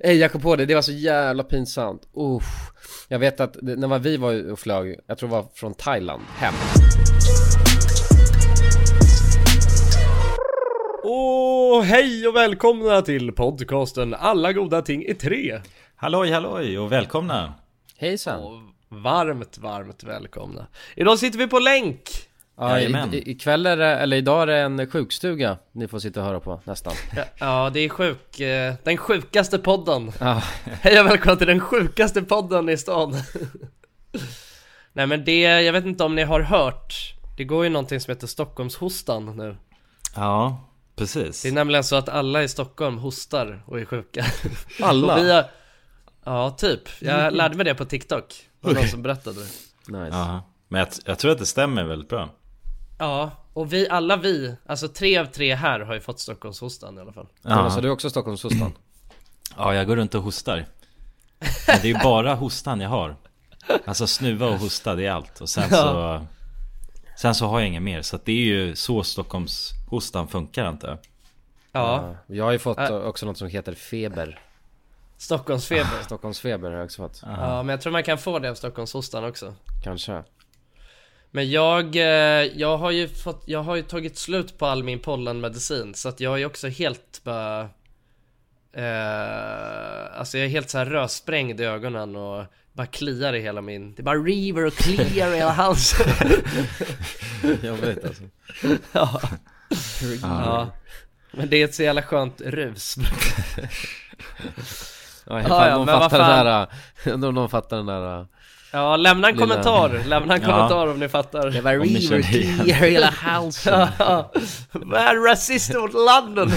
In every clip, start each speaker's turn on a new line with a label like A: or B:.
A: Ey, jag kom på det, det var så jävla pinsamt. Uff. Jag vet att det- när vi var och flög, jag tror det var från Thailand, hem.
B: Och hej och välkomna till podcasten Alla goda ting i tre.
C: Halloj halloj och välkomna!
A: Hejsan.
B: Och varmt, varmt välkomna. Idag sitter vi på länk.
A: Ja,
C: Jajamän.
A: i- i- ikväll är det, eller idag är det en sjukstuga ni får sitta och höra på nästan.
B: Ja, Ja, det är sjuk. eh, Den sjukaste podden.
A: Ja,
B: Hej och välkomna till den sjukaste podden i stan. Nej men det, jag vet inte om ni har hört. Det går ju någonting som heter Stockholmshostan nu.
C: Ja, precis.
B: Det är nämligen så att alla i Stockholm hostar och är sjuka.
A: alla.
B: Och vi har, ja, typ. Jag lärde mig det på TikTok. Det var någon som berättade det.
A: Nice.
C: Ja, men jag, jag tror att det stämmer väldigt bra.
B: Ja, och vi, alla vi, alltså tre av tre här har ju fått Stockholmshostan i alla fall.
A: Jonas, har
C: Ja,
A: du också Stockholmshostan?
C: ja jag går runt och hostar. Men det är ju bara hostan jag har. Alltså snuva och hosta, det är allt. Och sen så... Sen så har jag inget mer, så att det är ju så Stockholms hostan funkar inte.
B: Ja,
A: Jag har ju fått
B: Ä-
A: också något som heter feber.
B: Stockholmsfeber.
A: Stockholmsfeber har jag också fått.
B: Ja, men jag tror man kan få det av Stockholmshostan också.
A: Kanske.
B: Men jag, eh, jag har ju fått, jag har ju tagit slut på all min pollenmedicin så att jag är ju också helt bara eh, Alltså jag är helt så här rödsprängd i ögonen och bara kliar i hela min, det bara river och kliar i hela halsen
A: Jobbigt alltså.
B: ja. ja Men det är ett så jävla skönt rus
A: Ja,
B: Ja,
A: ifall
B: ja,
A: någon
B: men vad
A: fattar den
B: fan.
A: där, äh, om någon fattar den där. äh.
B: Ja, lämna en
A: Lilla-
B: kommentar, lämna en
C: Ja.
B: kommentar om ni fattar
A: Det var
C: Om ni känner
A: river
C: igen.
A: clear hela halsen.
B: Ja. Vad är rasist mot London?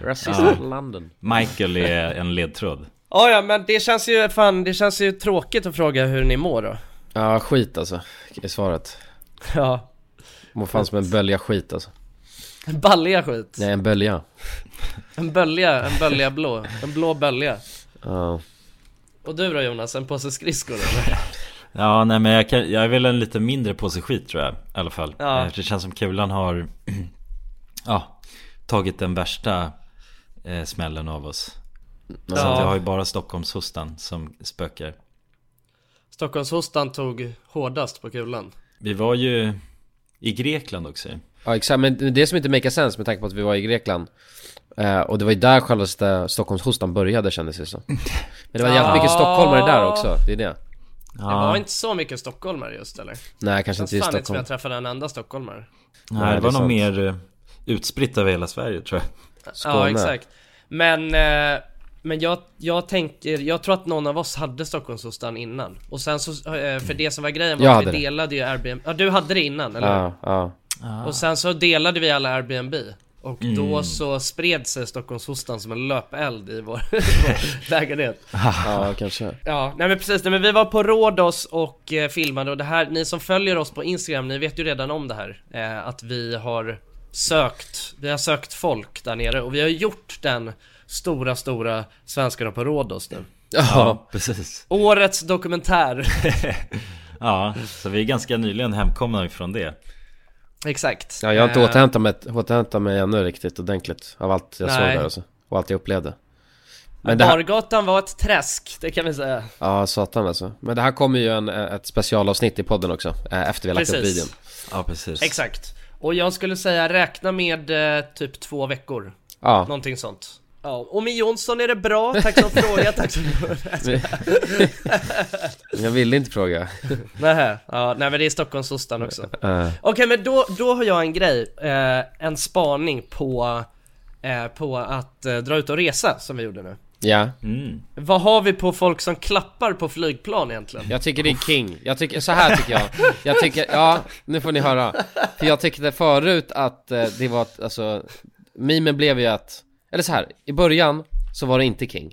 A: Rasist
C: Ja.
A: mot London.
C: Michael är en ledtråd.
B: Ja, ja, men det känns ju fan, det känns ju tråkigt att fråga hur ni mår då.
A: Ja, skit alltså. Är svaret.
B: Ja,
A: Mår fan som en bölja skit alltså.
B: balliga skit.
A: Nej, en bölja.
B: En bölja, en bölja blå. En blå bölja.
A: Ja.
B: Och du då Jonas, en påse skridskor eller?
C: Ja, nej men jag, kan, jag är väl en lite mindre påse skit tror jag i alla fall.
B: Ja.
C: Eh, Det känns som kulan har ja, tagit den värsta eh, smällen av oss. Så
B: Ja.
C: att jag har ju bara Stockholmshostan som spökar.
B: Stockholmshostan tog hårdast på kulan.
C: Vi var ju i Grekland också.
A: Ja exakt, men det som inte make sense med tanke på att vi var i Grekland eh, Och det var ju där självaste Stockholmshostan började kändes det som Men det var jävligt
B: Ja.
A: mycket stockholmare där också, det är det
B: Det var inte så mycket stockholmare just eller?
A: Nej kanske
B: Jag
A: inte i
B: fan inte som
A: Stockholm
B: jag träffade en enda stockholmare.
C: nej, det var
A: det är
C: nog
A: sant.
C: mer eh, utspritt över hela Sverige tror jag.
B: Ja,
A: Skåne.
B: exakt. Men, eh, men jag, jag tänker, jag tror att någon av oss hade Stockholmshostan innan. Och sen så, eh, för det som var grejen var
A: Jag
B: att vi
A: hade det.
B: delade ju Airbnb. Ja, du hade det innan eller hur?
A: Ja, ja
B: Och sen så delade vi alla Airbnb och då så spred sig Stockholmshostan som en löpeld i vår, vår lägenhet.
A: Ja, kanske
B: Ja, nej men precis, nej men vi var på Rhodos och eh, filmade och det här, ni som följer oss på Instagram, ni vet ju redan om det här. Eh, att vi har sökt, vi har sökt folk där nere och vi har gjort den stora, stora svenskarna på Rhodos nu.
A: Ja,
C: precis.
B: Årets dokumentär.
C: Ja, så vi är ganska nyligen hemkomna ifrån det.
B: Exakt.
A: ja jag har inte
B: Eh,
A: återhämtat mig, återhämtat mig ännu riktigt ordentligt Av allt jag såg
B: Nej.
A: där alltså, och allt jag upplevde Men det här,
B: Bargatan var ett träsk, det kan vi säga.
A: ja satan alltså Men det här kommer ju en, eh, ett specialavsnitt i podden också eh, Efter vi har lagt upp
B: Precis.
A: videon
C: Ja, precis.
B: Exakt. Och jag skulle säga räkna med eh, typ två veckor.
A: Ja,
B: Någonting sånt. Ja. Och med Jonsson är det bra, tack som fråga, tack som
A: jag ville inte fråga
B: Nähä. Ja, nej men det är Stockholmsostan också.
A: Eh,
B: Okej men då, då har jag en grej, eh, en spaning på, eh, på att eh, dra ut och resa som vi gjorde nu.
A: Ja
C: Mm.
B: Vad har vi på folk som klappar på flygplan egentligen?
A: Jag tycker det är king, jag tycker, så här tycker jag Jag tycker, ja, nu får ni höra För jag tyckte förut att eh, det var, ett- alltså Mimen blev ju att, eller så här, i början så var det inte king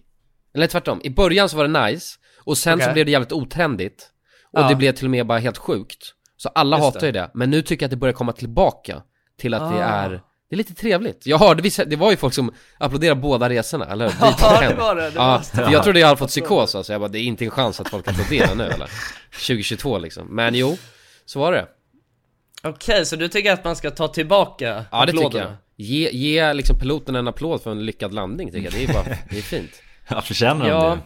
A: Eller tvärtom, i början så var det nice Och sen
B: Okej.
A: så blev det jävligt otrendigt Och
B: Ja.
A: det blev till och med bara helt sjukt Så alla
B: Just
A: hatar ju det, men nu tycker jag att det börjar komma tillbaka Till att
B: Ah.
A: det är, det är lite trevligt Jag hörde vissa, det var ju folk som applåderade båda resorna, eller hur? Dit och
B: Ja,
A: hem.
B: det var det, det
A: Ja,
B: var
A: för jag trodde jag hade fått psykos alltså, jag bara det är inte en chans att folk applåderar nu eller 2022 liksom, men jo, så var det
B: Okej, så du tycker att man ska ta tillbaka
A: Ja det tycker
B: applåderna?
A: jag Ge, ge liksom piloten en applåd för en lyckad landning tycker jag, det är ju bara, det är fint
C: Ja, förtjänar
A: Ja,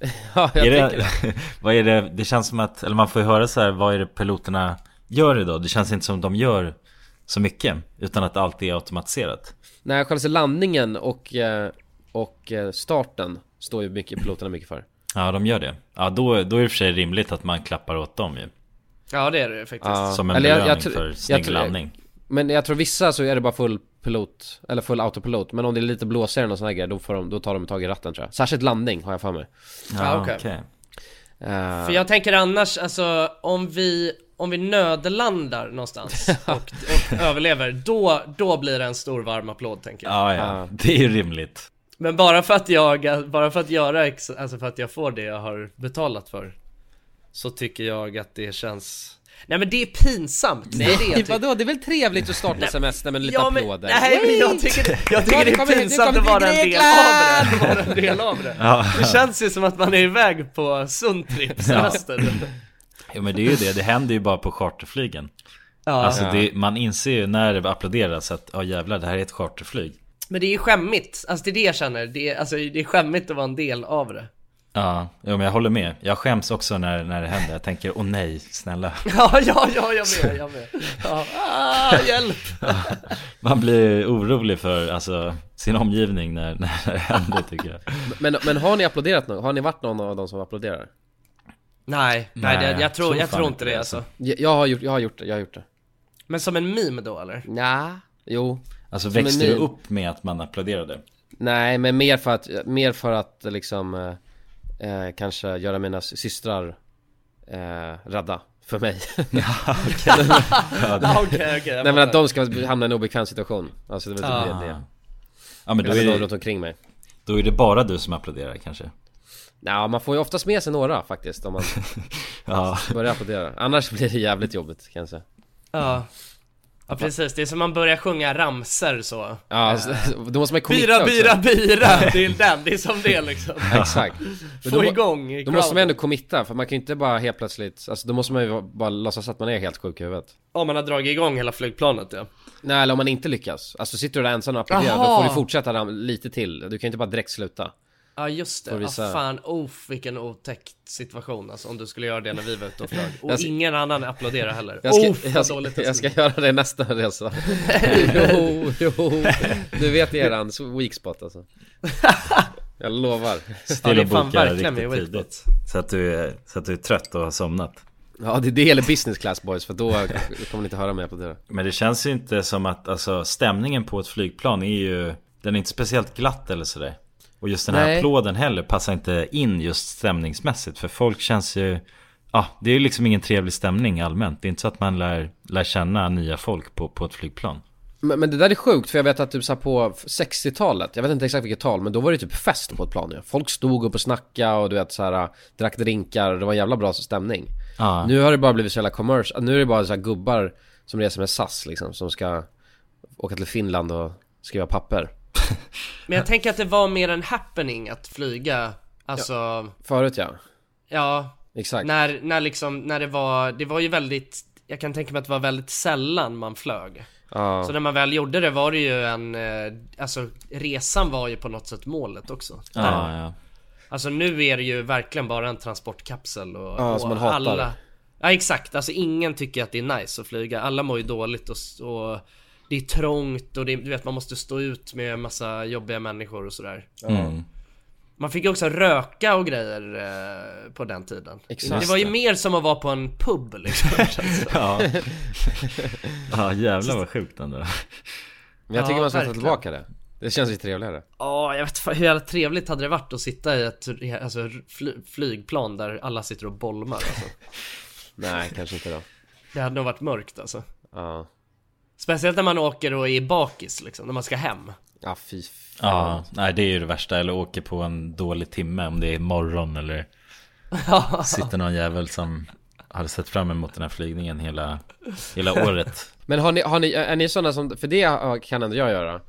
C: de
A: Ja,
C: det?
A: jag
C: Är
A: tycker
C: det,
A: det.
C: vad är det? Det känns som att, eller man får ju höra så här, vad är det piloterna gör idag? Det känns inte som de gör så mycket, utan att allt är automatiserat.
A: Nej, själva landningen och, eh, och eh, starten står ju mycket, piloterna mycket för.
C: Ja, de gör det. Ja, då, då är det i och för sig rimligt att man klappar åt dem ju.
B: Ja det är det faktiskt.
A: Ja.
C: Som en
A: Eller jag- jag
C: belöning
A: tror-
C: för
A: jag
C: snygg
A: tror-
C: landning.
A: Men jag tror vissa så är det bara full pilot, eller full autopilot. Men om det är lite blåsigare och sån här grejer, då, får de, då tar de tag i ratten tror jag. Särskilt landning har jag för mig.
B: Ja, okej.
C: okej.
A: Eh,
B: För jag tänker annars, alltså om vi, om vi nödlandar någonstans och, och överlever, då, då blir det en stor varm applåd tänker jag.
C: Ja, ja. Det är ju rimligt.
B: Men bara för att jag, bara för att göra, ex, alltså för att jag får det jag har betalat för, så tycker jag att det känns... Nej men det är pinsamt! Nej, det är det jag
A: Vadå, det är väl trevligt att starta semestern med lite
B: Ja, men,
A: applåder?
B: nej men jag tycker, jag tycker
A: Ja,
B: det
A: vi
B: är
A: kommer hit, vi
B: pinsamt
A: kommer
B: att vara en
A: till
B: del av det, vara en del av det.
C: Ja.
B: Det känns ju som att man är iväg på sundtrip semester.
C: Ja, men det är ju det. Det händer ju bara på charterflygen.
B: Ja.
C: Alltså, det, man inser ju när det applåderas att ja jävlar, det här är ett charterflyg.
B: Men det är ju skämmigt, alltså det är det jag känner, det är, alltså, det är skämmigt att vara en del av det
C: Ja, ja, men jag håller med. Jag skäms också när, när det händer. Jag tänker, åh nej, snälla.
B: Ja, ja, ja, jag med, jag med ja. ah, Hjälp!
C: Man blir orolig för alltså, sin omgivning när, när det händer tycker jag.
A: Men, men har ni applåderat någon? Har ni varit någon av de som applåderar?
B: Nej, nej,
C: Nej,
B: det, jag tror, jag
C: fan
B: tror inte det alltså
A: Jag, jag har gjort, jag har gjort det, jag har gjort det.
B: Men som en meme då eller?
A: Nja, jo.
C: Alltså
A: Som en
C: växte du
A: meme.
C: upp med att man applåderade?
A: Nej, men mer för att, mer för att liksom eh, eh, kanske göra mina sy- systrar eh, rädda för mig.
B: Ja, okej, okej
A: Nej men
B: jag fattar.
A: att de ska hamna i en obekväm situation. Alltså det var typ
B: Ah.
A: det. det.
C: Ja, men då
A: Eller
C: är,
A: de
C: det,
A: runt omkring mig.
C: då är det bara du som applåderar kanske?
A: Ja, man får ju oftast med sig några faktiskt om man
C: Ja,
A: börjar applådera. Annars blir det jävligt jobbigt kan jag säga.
B: ja. ja, precis, det är som man börjar sjunga ramser så
A: Ja, alltså, då måste man ju committa
B: Bira,
A: också.
B: bira, bira! Det är den, det är som det liksom
A: Exakt. Men
B: Få
A: då, må-
B: igång
A: då måste man ändå committa, för man kan ju inte bara helt plötsligt, alltså då måste man ju bara låtsas att man är helt sjuk i huvudet.
B: Om man har dragit igång hela flygplanet ja
A: Nej, eller om man inte lyckas. Alltså sitter du där ensam och applåderar, då
B: Jaha.
A: får du fortsätta ram- lite till. Du kan ju inte bara direkt sluta.
B: Ja just
A: Får
B: det,
A: vi
B: ah,
A: säga.
B: fan uff vilken otäckt situation alltså om du skulle göra det när vi var ute och flög Och
A: Jag ska-
B: ingen annan applåderar heller,
A: Jag ska,
B: uff
A: jag,
B: vad
A: ska,
B: dåligt det
A: jag ska
B: skulle
A: göra det nästa resa. jo, jo. Du vet eran weak spot alltså. Jag lovar.
B: Ja,
C: till
B: det är
C: att
B: fan
C: boka
B: verkligen
C: riktigt
B: med
C: tidigt. Så att, du är, så att du är trött och har somnat.
A: Ja, det är det eller business class boys, för då kommer ni inte höra mig applådera.
C: Men det känns ju inte som att alltså, stämningen på ett flygplan är ju Den är inte speciellt glatt eller sådär Och just den här
A: Nej.
C: applåden heller passar inte in just stämningsmässigt För folk känns ju Ja, det är ju liksom ingen trevlig stämning allmänt Det är inte så att man lär, lär känna nya folk på, på ett flygplan
A: Men, men det där är sjukt, för jag vet att typ så här på 60-talet, jag vet inte exakt vilket tal, men då var det typ fest på ett plan ju. Folk stod upp och snackade och du vet så här, äh, drack drinkar och det var en jävla bra stämning.
C: Ja,
A: Nu har det bara blivit så jävla commerce, nu är det bara så här gubbar som reser med SAS liksom, som ska åka till Finland och skriva papper.
B: Men jag tänker att det var mer en happening att flyga Alltså, ja,
A: Förut ja, exakt.
B: när, när liksom, när det var, det var ju väldigt Jag kan tänka mig att det var väldigt sällan man flög
A: Ja.
B: Så när man väl gjorde det var det ju en, eh, alltså resan var ju på något sätt målet också
C: ja, ja.
B: Alltså nu är det ju verkligen bara en transportkapsel och,
A: Ja,
B: och
A: som man hatar.
B: alla Ja exakt, alltså ingen tycker att det är nice att flyga, alla mår ju dåligt och, s- och det är trångt och det, är- du vet man måste stå ut med en massa jobbiga människor och sådär
C: Mm.
B: Man fick ju också röka och grejer eh, på den tiden
A: Exakt.
B: Det var ju mer som att vara på en pub liksom känns det.
C: ja. ja jävlar vad sjukt ändå
A: Men jag tycker
B: Ja,
A: man ska ta
B: verkligen.
A: tillbaka det. Det känns ju trevligare.
B: Ja, jag vet fan, hur jävla trevligt hade det varit att sitta i ett alltså, fly, flygplan där alla sitter och bolmar alltså.
A: Nej, kanske inte då.
B: Det hade nog varit mörkt alltså
A: Ja,
B: Speciellt när man åker och är bakis liksom, när man ska hem.
A: ja fy fan.
C: Ja, nej det är ju det värsta Eller åker på en dålig timme om det är morgon eller Sitter någon jävel som hade sett fram emot den här flygningen hela, hela året
A: Men har ni, har ni, är ni sådana som, för det ja, kan ändå jag göra.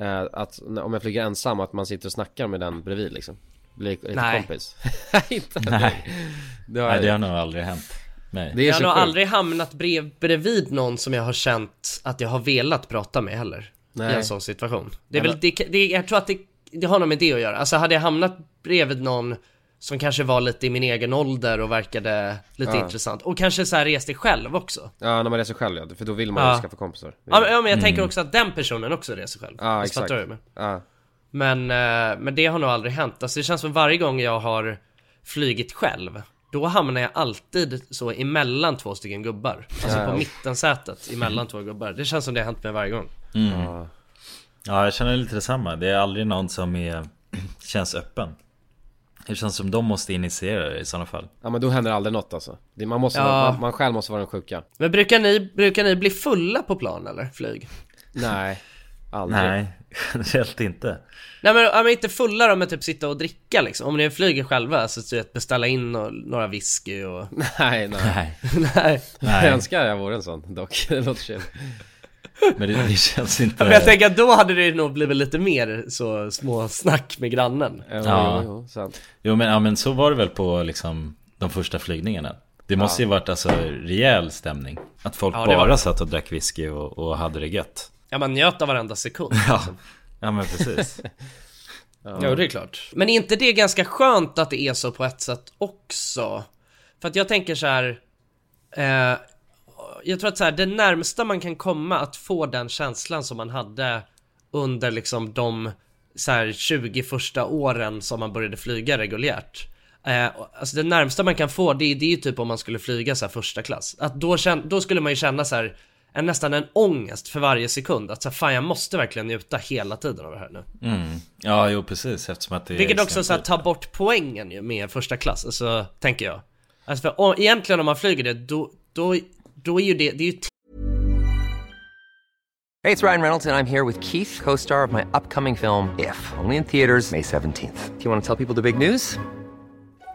A: Eh, att när- om jag flyger ensam, att man sitter och snackar med den bredvid liksom. Blir lite
B: Nej.
A: kompis. inte Nej. Det har
C: Nej det
A: jag
C: har nog aldrig hänt mig
A: det är
B: Jag
A: så
B: har nog
A: sjukt.
B: aldrig hamnat brev, bredvid någon som jag har känt att jag har velat prata med heller.
A: Nej.
B: I en sån situation. Det är väl, det, det, jag tror att det, det har nog med det att göra. Alltså hade jag hamnat bredvid någon som kanske var lite i min egen ålder och verkade lite
A: Ja.
B: intressant. Och kanske så här reste själv också.
A: Ja, när man reser själv ja, för då vill man ju
B: Ja.
A: skaffa kompisar.
B: Ja men, ja, men jag tänker också att den personen också reser själv.
A: Mm. Ja,
B: Visst
A: exakt.
B: fattar du?
A: Ja.
B: Men, eh, men det har nog aldrig hänt. Alltså det känns som varje gång jag har flygit själv, då hamnar jag alltid så emellan två stycken gubbar. Alltså
A: Ja.
B: på mittensätet emellan två gubbar. Det känns som det har hänt mig varje gång.
A: Ja.
C: Ja, jag känner lite detsamma. Det är aldrig någon som är, känns öppen. Det känns som de måste initiera det i sådana fall.
A: ja, men då händer aldrig något alltså. Det, man, måste
B: Ja.
A: vara, man, man själv måste vara den sjuka.
B: Men brukar ni, brukar ni bli fulla på plan eller flyg?
A: Nej, aldrig.
C: Nej, generellt inte.
B: Nej men, ja, men inte fulla då men typ sitta och dricka liksom. Om ni flyger själva så så att beställa in no- några whisky och...
A: Nej, nej.
C: Nej,
B: Nej.
A: Jag
C: nej.
A: önskar jag vore en sån dock. Det låter chill.
C: Men det, det känns inte...
B: Men jag tänker att då hade det nog blivit lite mer så små snack med grannen.
A: Jo,
C: Ja.
A: jo, jo, sant.
C: Jo men, ja, men så var det väl på liksom, de första flygningarna. Det måste ju varit alltså rejäl stämning. Att folk
B: Ja, det var
C: bara satt och drack whisky och, och hade det gött.
B: Ja man njöt av varenda sekund.
C: Ja, ja men precis.
B: Ja, det är klart. Men är inte det ganska skönt att det är så på ett sätt också? För att jag tänker så här. Eh, jag tror att så här, det närmsta man kan komma att få den känslan som man hade under liksom de så här, 20 första åren som man började flyga reguljärt. Eh, och- alltså det närmsta man kan få det, är- det är ju typ om man skulle flyga så här första klass. Att då, kän- då skulle man ju känna så här en, nästan en ångest för varje sekund. Att så här, fan jag måste verkligen njuta hela tiden av det här nu.
C: Mm. Ja, jo precis eftersom att det
B: Vilket
C: är
B: också så här, tar bort poängen ju med första klass, alltså, tänker jag. Alltså för och, egentligen om man flyger det, då, då, då är ju det, det är ju
D: Hey, it's Ryan Reynolds, and I'm here with Keith, co star of my upcoming film, If, only in theaters, May 17th. Do you want to tell people the big news?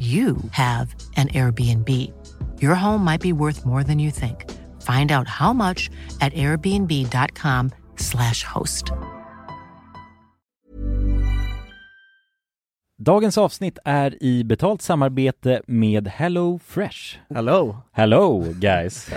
E: you have an Airbnb. Your home might be worth more than you think. Find out how much at airbnb.com/slash host.
F: Dagens avsnitt är i betalt samarbete med Hello Fresh.
B: Hello!
F: Hello guys!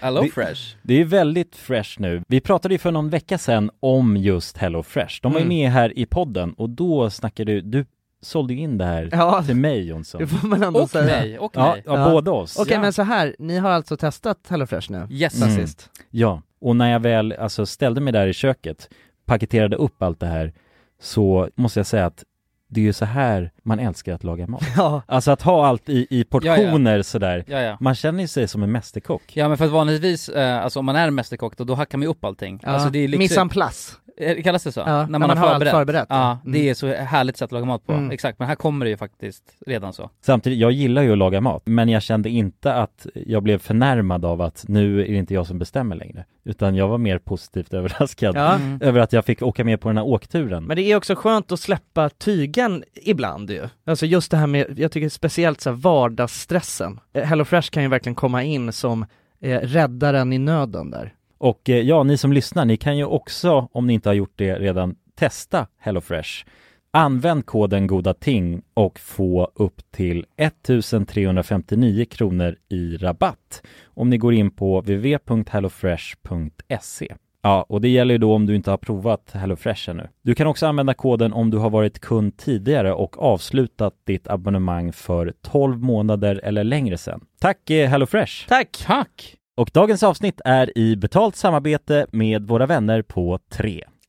A: Hello
F: Det-
A: fresh.
F: Det är väldigt fresh nu. Vi pratade ju för någon vecka sedan om just Hello Fresh. De var ju
G: Mm.
F: med här i podden och då snackade du, du sålde ju in det här
G: Ja,
F: till mig Jonsson.
G: det får man ändå
A: Och
G: säga.
A: mig, och
F: Ja,
A: mig.
F: ja,
G: Ja.
F: båda oss.
G: Okej
F: ja.
G: men så här, ni har alltså testat HelloFresh nu?
A: Yes.
G: Sen
F: Mm.
G: sist?
F: ja, och när jag väl alltså, ställde mig där i köket, paketerade upp allt det här, så måste jag säga att det är ju så här man älskar att laga mat.
G: Ja.
F: Alltså att ha allt i, i portioner sådär.
G: Ja, ja.
F: Man känner ju sig som en mästerkock.
G: Ja men för att vanligtvis, eh, alltså om man är mästerkock då, då hackar man ju upp allting. Alltså det är liksom...
H: Missan plus.
G: Eh, Kallas det så?
H: Ja,
G: när man, har förberett?
H: allt förberett.
G: Ja,
H: Mm.
G: det är så härligt sätt att laga mat på.
H: Mm.
G: Exakt, men här kommer det ju faktiskt redan så.
F: Samtidigt, jag gillar ju att laga mat, men jag kände inte att jag blev förnärmad av att nu är det inte jag som bestämmer längre. Utan jag var mer positivt överraskad
H: Ja.
G: Mm.
F: över att jag fick åka med på den här åkturen.
H: Men det är också skönt att släppa tygen ibland ju. Alltså just det här med, jag tycker speciellt så här vardagsstressen. Eh, HelloFresh kan ju verkligen komma in som eh, räddaren i nöden där.
F: Och eh, ja, ni som lyssnar, ni kan ju också, om ni inte har gjort det redan, testa HelloFresh.
C: Använd koden goda ting och få upp till 1359 kronor i rabatt om ni går in på www.hellofresh.se. Ja, och det gäller ju då om du inte har provat HelloFresh ännu. Du kan också använda koden om du har varit kund tidigare och avslutat ditt abonnemang för 12 månader eller längre sedan. Tack eh, HelloFresh!
I: Tack!
A: Tack!
C: Och dagens avsnitt är i betalt samarbete med våra vänner på 3.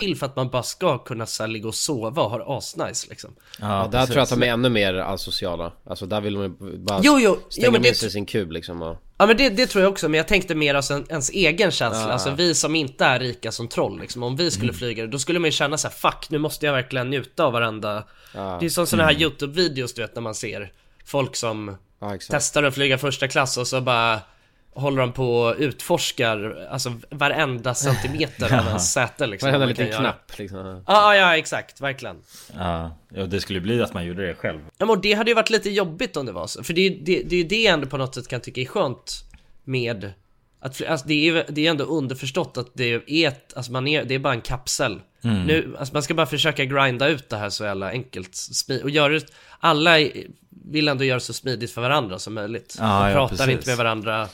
B: Till för att man bara ska kunna så här, ligga och sova och ha asnice liksom.
J: Ja, där tror jag att de är ännu mer asociala Alltså där vill de ju bara
B: Jo, jo,
J: stänga
B: jo, men
J: med
B: det-
J: sig sin kub liksom och...
B: Ja men det, det tror jag också, men jag tänkte mer alltså en, ens egen känsla, alltså vi som inte är rika som troll liksom, om vi
J: Mm.
B: skulle flyga då skulle man ju känna så här, fuck nu måste jag verkligen njuta av varenda Det är som sådana här YouTube-videos du vet när man ser folk som
J: Mm. Ja, exakt.
B: testar att flyga första klass och så bara håller de på och utforskar alltså varenda centimeter av ens säte liksom
J: Varenda
B: vad man kan
J: liten
B: göra.
J: knapp liksom.
B: Ja, ah, ja exakt, verkligen
K: Ja, ja, det skulle bli att man gjorde det själv.
B: Ja, men det hade ju varit lite jobbigt om det var så. För det är ju det, det, är ju det jag ändå på något sätt kan tycka är skönt med Att, fly- alltså, det, är, ju- det är ändå underförstått att det är, ett, alltså, man är, det är bara en kapsel.
C: Mm.
B: Nu, alltså, man ska bara försöka grinda ut det här så jävla enkelt. smi- Och göra, det- alla i- vill ändå göra det så smidigt för varandra som möjligt.
C: Ja,
B: man
C: ja,
B: pratar
C: precis.
B: inte med varandra.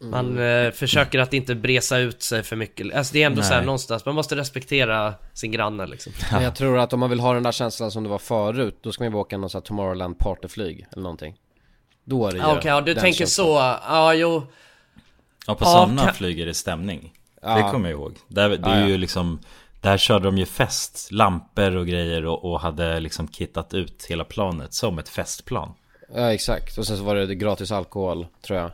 B: Man eh, försöker att inte bresa ut sig för mycket. Alltså, det är ändå så här
C: Nej.
B: någonstans, man måste respektera sin granne liksom.
A: Men jag tror att om man vill ha den där känslan som det var förut, då ska man ju åka någon sån här Tomorrowland partyflyg eller någonting. Då är det ju
B: Ja, Okej, ja, du
A: den
B: tänker
A: känslan.
B: så. Ja, jo.
C: Ja, på
B: Ja,
C: sådana
B: kan-
C: flyger det stämning. Det kommer jag ihåg. Där, det är
A: Ja, ja.
C: ju liksom, där körde de ju fest, lampor och grejer och, och hade liksom kittat ut hela planet som ett festplan.
A: Ja exakt, och sen så var det gratis alkohol tror jag.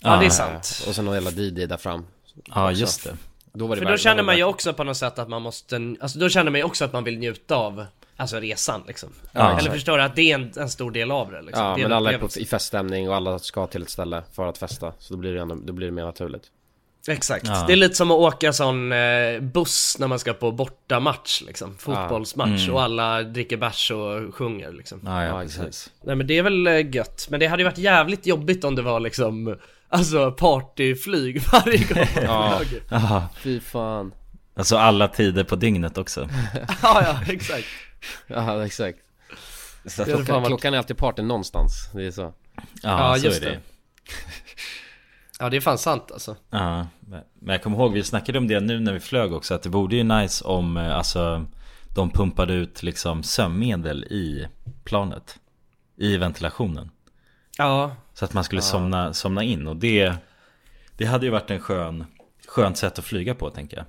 B: Ja, det är sant.
A: Och sen någon jävla DJ där fram.
C: Ja, just det.
A: Då var det
B: För då
A: verkligen-
B: känner man ju också på något sätt att man måste, alltså då känner man ju också att man vill njuta av, alltså resan liksom. Eller förstår du att det är en, en stor del av det liksom.
A: Ja
B: det
A: men
B: en
A: alla är på,
B: upplevelse.
A: i feststämning och alla ska till ett ställe för att festa. Så då blir det, ändå, då blir det mer naturligt.
B: Exakt. Det är lite som att åka sån eh, buss när man ska på bortamatch liksom. Fotbollsmatch och alla dricker bärs och sjunger liksom.
C: Ja, ja,
A: exakt.
C: precis.
B: Nej men det är väl eh, gött. Men det hade ju varit jävligt jobbigt om det var liksom, alltså partyflyg varje gång. ja.
A: Fy fan.
C: Alltså alla tider på dygnet också.
B: ja, ja, exakt.
A: Ja exakt.
C: Så att,
B: Det hade fan
A: Klockan,
B: varit-
A: klockan är alltid party någonstans. Det är så.
C: ja,
B: ja,
C: så
B: just
C: är det.
B: det. Ja det är fan sant alltså.
C: Ja, men- men jag kommer ihåg, vi snackade om det nu när vi flög också, att det vore ju nice om eh, alltså, de pumpade ut liksom sömnmedel i planet. I ventilationen.
B: Ja,
C: Så att man skulle somna, somna in och det, det hade ju varit en skön, skönt sätt att flyga på tänker jag.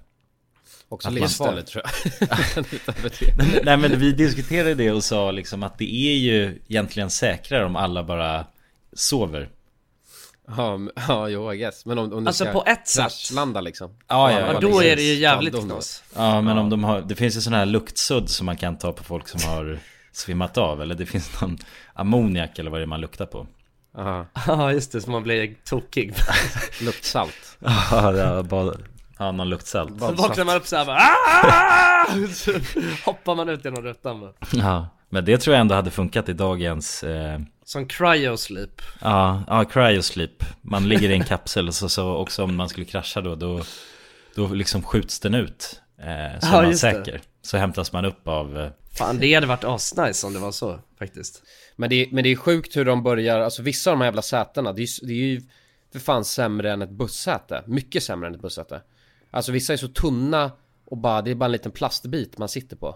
A: Också
C: Att man-
A: livsfarligt tror jag. Utöver det.
C: Nej men vi diskuterade det och sa liksom att det är ju egentligen säkrare om alla bara sover.
A: Ja, m- ja jo, I guess. Men om, om du
B: Alltså,
A: ska
B: på ett sätt.
A: landa liksom.
C: Ja, ja,
A: Och alla
B: Ja,
C: ja,
A: bara
B: då
A: liksom
B: är det ju jävligt
A: skalldom då.
B: knas.
C: Ja men om de har, det finns ju sån här luktsudd som man kan ta på folk som har svimmat av eller det finns någon ammoniak eller vad det är man luktar på.
A: Aha,
B: Ja just det, så man blir tokig.
A: luktsalt.
C: Ja, det är bara, ja någon luktsalt.
B: Så vaknar man upp såhär bara "Ah!" Så hoppar man ut genom rutan bara.
C: Ja. Men det tror jag ändå hade funkat i dagens eh,
B: Som cryosleep.
C: Ja, ja cryosleep. Man ligger i en kapsel och så, så också om man skulle krascha då, då, då liksom skjuts den ut. Eh, så
B: Ja,
C: är man
B: just det.
C: säker. Så hämtas man upp av... Eh,
B: Fan det hade varit asnice om det var så faktiskt.
A: Men det, är- men det är sjukt hur de börjar, alltså vissa av de här jävla sätena, det är, ju s- det är ju för fan sämre än ett bussäte. Mycket sämre än ett bussäte. Alltså vissa är så tunna och bara, det är bara en liten plastbit man sitter på.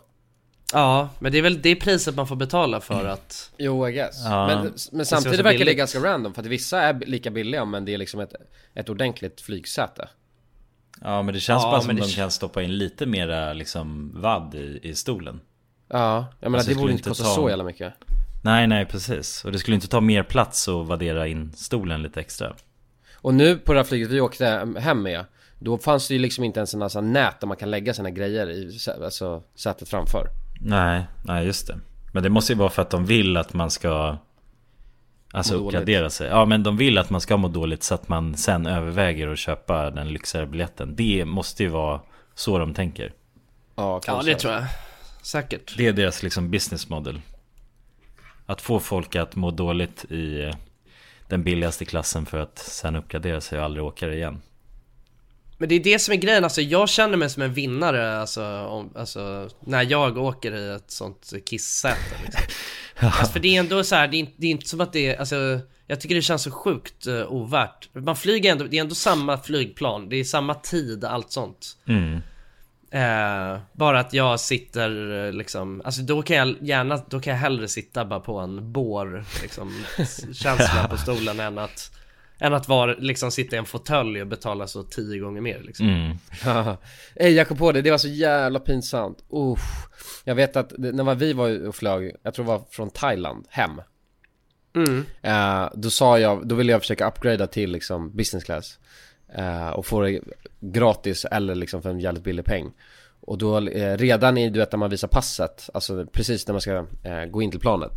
B: Ja, men det är väl det priset man får betala för att...
A: Jo, I guess.
C: Ja.
A: Men, men
B: Det är så
A: samtidigt verkar det
B: billigt.
A: ganska random, för att vissa är b- lika billiga men det är liksom ett, ett ordentligt flygsäte.
C: ja, men det känns
B: Ja,
C: bara
B: men
C: som
B: det
C: de
B: k-
C: kan stoppa in lite mera liksom vadd i, i stolen.
A: Ja, jag menar
C: Alltså,
A: det
C: det
A: borde
C: skulle
A: inte
C: inte
A: kosta
C: ta-
A: så jävla mycket.
C: Nej, nej, precis. Och det skulle inte ta mer plats att vaddera in stolen lite extra.
A: Och nu på det här flyget vi åkte hem med Då fanns det ju liksom inte ens en massa nät där man kan lägga sina grejer i sä- alltså, sätet framför
C: Nej, nej, just det. Men det måste ju vara för att de vill att man ska... Alltså
A: Må dåligt.
C: uppgradera sig. Ja men de vill att man ska må dåligt så att man sen överväger att köpa den lyxigare biljetten. Det måste ju vara så de tänker.
A: Ja,
B: Ja det tror jag. Säkert.
C: Det är deras liksom business model. Att få folk att må dåligt i eh, den billigaste klassen för att sen uppgradera sig och aldrig åka det igen.
B: Men det är det som är grejen, alltså jag känner mig som en vinnare alltså, om, alltså när jag åker i ett sånt kissäte liksom. alltså, För det är ändå så här, det är, inte- det är inte som att det är, alltså jag tycker det känns så sjukt uh, ovärt. Man flyger ändå, det är ändå samma flygplan, det är samma tid, allt sånt. Eh, bara att jag sitter eh, liksom, alltså då kan jag gärna, då kan jag hellre sitta bara på en bår liksom, s- känsla på stolen än att än att vara, liksom sitta i en fåtölj och betala så tio gånger mer liksom.
A: jag Ey, jag kom på det, det var så jävla pinsamt Uff. Jag vet att det, när vi var och flög, jag tror det var från Thailand, hem Eh, Då sa jag, då ville jag försöka upgrada till liksom business class eh, Och få det gratis eller liksom för en jävligt billig peng Och då eh, redan i, du vet när man visar passet Alltså precis när man ska eh, gå in till planet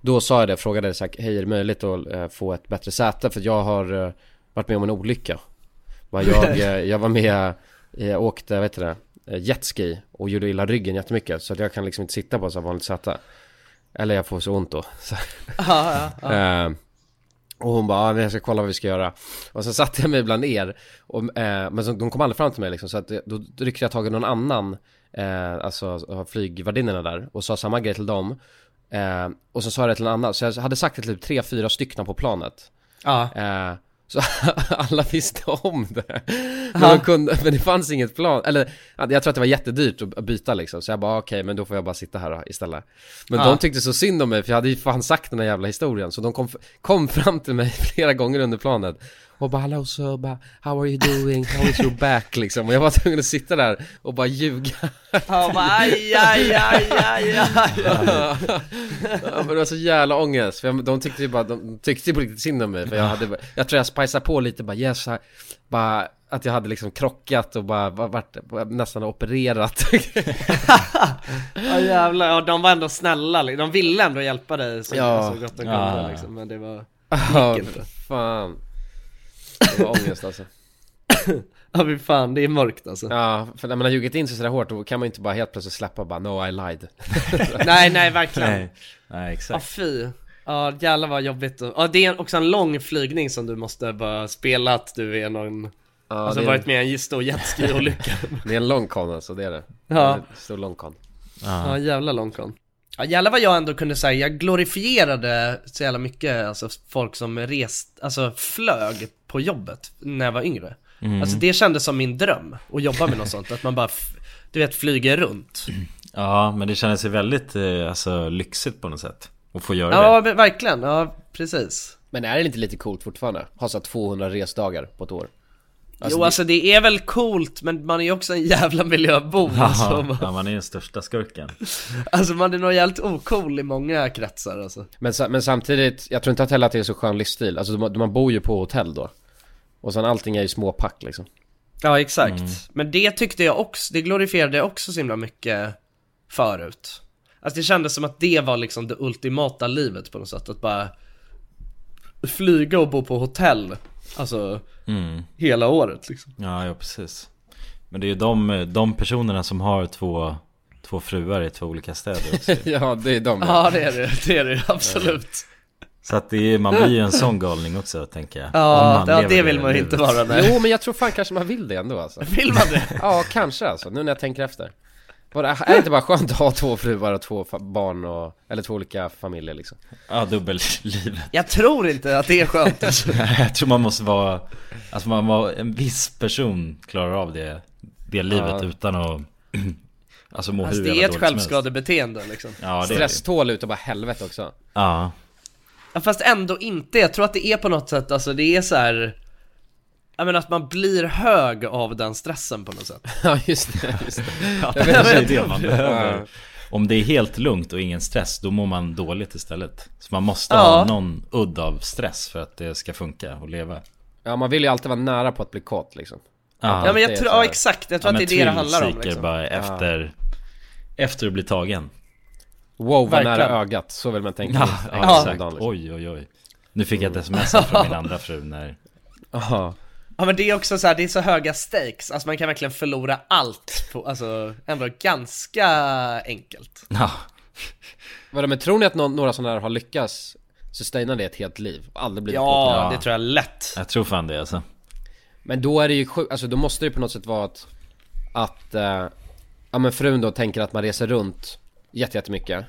A: Då sa jag det, frågade så här, hej är det möjligt att eh, få ett bättre säte? För jag har eh, varit med om en olycka Bara jag, eh, jag var med, eh, jag åkte, vad heter det? eh, Jetski och gjorde illa ryggen jättemycket så att jag kan liksom inte sitta på så här vanligt säte Eller jag får så ont då så. Eh, Och hon bara, "Ja, men jag ska kolla vad vi ska göra. Och sen satte jag mig bland er. Och, eh, men så, de kom aldrig fram till mig liksom, så att, jag- då ryckte jag tag i någon annan, eh, alltså av flygvärdinnorna där, och sa samma grej till dem. Eh, och så sa jag det till en annan, så jag hade sagt det till typ tre, fyra stycken på planet.
B: Ja.
A: Eh, så alla visste om det. Men, de kunde, men det fanns inget plan, eller jag tror att det var jättedyrt att byta liksom. Så jag bara okej, men då får jag bara sitta här då, istället. Men
B: Ja.
A: de tyckte så synd om mig, för jag hade ju fan sagt den här jävla historien. Så de kom, kom fram till mig flera gånger under planet. Och bara hello sir, bara, how are you doing, how is your back liksom. Och jag var tvungen att sitta där och bara ljuga.
B: Ja, bara, aj, aj, aj, aj, aj.
A: Ja, men det var så jävla ångest, för jag, de tyckte ju bara, de tyckte ju på riktigt synd om mig för jag hade, jag tror jag spiceade på lite bara yes, I- bara att jag hade liksom krockat och bara va- varit, nästan opererat
B: Ja jävlar, ja, de var ändå snälla, li- de ville ändå hjälpa dig så,
A: Ja.
B: så gott de kunde
C: Ja.
B: liksom, men det var...
A: Ja,
B: gick inte.
A: fan Det var ångest alltså
B: Ja men fan, det är mörkt alltså
A: Ja, för när man har ljugit in sig sådär hårt då kan man ju inte bara helt plötsligt släppa bara no I lied
B: Nej nej verkligen,
C: Nej, nej
B: ja
C: exakt.
B: fy Ja jävlar vad jobbigt och, ja, det är också en lång flygning som du måste bara spela att du är någon
A: ja,
B: Alltså
A: det, är,
B: varit med i en stor jetski-olycka
A: det är en lång kon alltså, det är det
B: Ja.
A: Det är en Stor lång kon
B: Ja jävla lång kon Ja jävlar vad jag ändå kunde säga, jag glorifierade så jävla mycket alltså folk som rest, alltså flög på jobbet när jag var yngre Alltså det kändes som min dröm, att jobba med något sånt, att man bara f- du vet flyger runt
C: Ja, men det kändes ju väldigt eh, alltså, lyxigt på något sätt. Att få göra
B: Ja
C: det.
B: men verkligen, ja precis
A: Men är det inte lite coolt fortfarande? Ha så här 200 resdagar på ett år
B: Jo alltså det är väl coolt men man är ju också en jävla miljöbov alltså.
C: Ja, ja, man är den största skurken.
B: alltså man är nog jävligt ocool i många kretsar alltså
A: Men, sa- men samtidigt, jag tror inte att heller att det är så skön livsstil. Alltså man, man bor ju på hotell då. Och sen allting är ju småpack liksom.
B: Ja exakt, men det tyckte jag också, det glorifierade jag också så himla mycket förut Alltså det kändes som att det var liksom det ultimata livet på något sätt, att bara flyga och bo på hotell Alltså hela året liksom
C: Ja, ja precis. Men det är ju de, eh, de personerna som har två, två fruar i två olika städer också.
A: ja, det är de.
B: Ja det är det, det är det absolut
C: Så att det är, man blir ju en sån galning också tänker jag. Om
B: Ja,
C: man
B: ja
C: lever
B: det vill man ju
C: livet.
B: inte vara nej
A: Jo, men jag tror fan kanske man vill det ändå alltså.
B: Vill man det?
A: Ja, kanske alltså. Nu när jag tänker efter. Bara, är det inte bara skönt att ha två fruar och två fa- barn och, eller två olika familjer liksom?
C: Ja, dubbellivet.
B: Jag tror inte att det är skönt alltså.
C: Jag tror man måste vara, alltså man var, en viss person klarar av det, det livet
A: Ja.
C: utan att, alltså må
B: Alltså
C: hur
B: det är
C: jävla
B: ett
C: dåligt som helst.
B: självskadebeteende liksom.
C: Ja, det är det.
A: Stresstål ut och bara helvete också.
C: Ja.
B: Ja, fast ändå inte, jag tror att det är på något sätt, alltså det är så här. Jag menar att man blir hög av den stressen på något sätt.
A: Ja, just det. Just det.
C: Ja, det är det man behöver. Om det är helt lugnt och ingen stress, då mår man dåligt istället. Så man måste
B: Ja.
C: ha någon udd av stress för att det ska funka och leva.
A: Ja, man vill ju alltid vara nära på att bli kåt liksom.
C: Ja,
B: Ja men
A: det
B: jag
A: är
B: tror,
A: så här.
B: ja exakt, jag tror
C: men
B: att det är det det
C: thrill
B: handlar om
C: seeker
B: liksom.
C: bara efter, efter att bli tagen.
A: Wow, vad
B: Verkligen.
A: nära ögat. Så vill man tänka. minst
C: Ja,
A: en gång om
C: exakt.
A: dagen, liksom.
C: Oj, oj, oj. Nu fick jag ett sms från min andra fru när...
A: Ja.
B: Ja men det är också så här, det är så höga stakes, alltså man kan verkligen förlora allt på, alltså ändå ganska enkelt.
C: Ja,
A: Vadå, men tror ni att nå- några sådana här har lyckats sustaina det ett helt liv? Och aldrig blivit påkomna?
B: Ja, det tror jag lätt.
C: jag tror fan det alltså.
A: Men då är det ju sjukt, alltså då måste det ju på något sätt vara att, att eh, ja men frun då tänker att man reser runt jätte- jättemycket.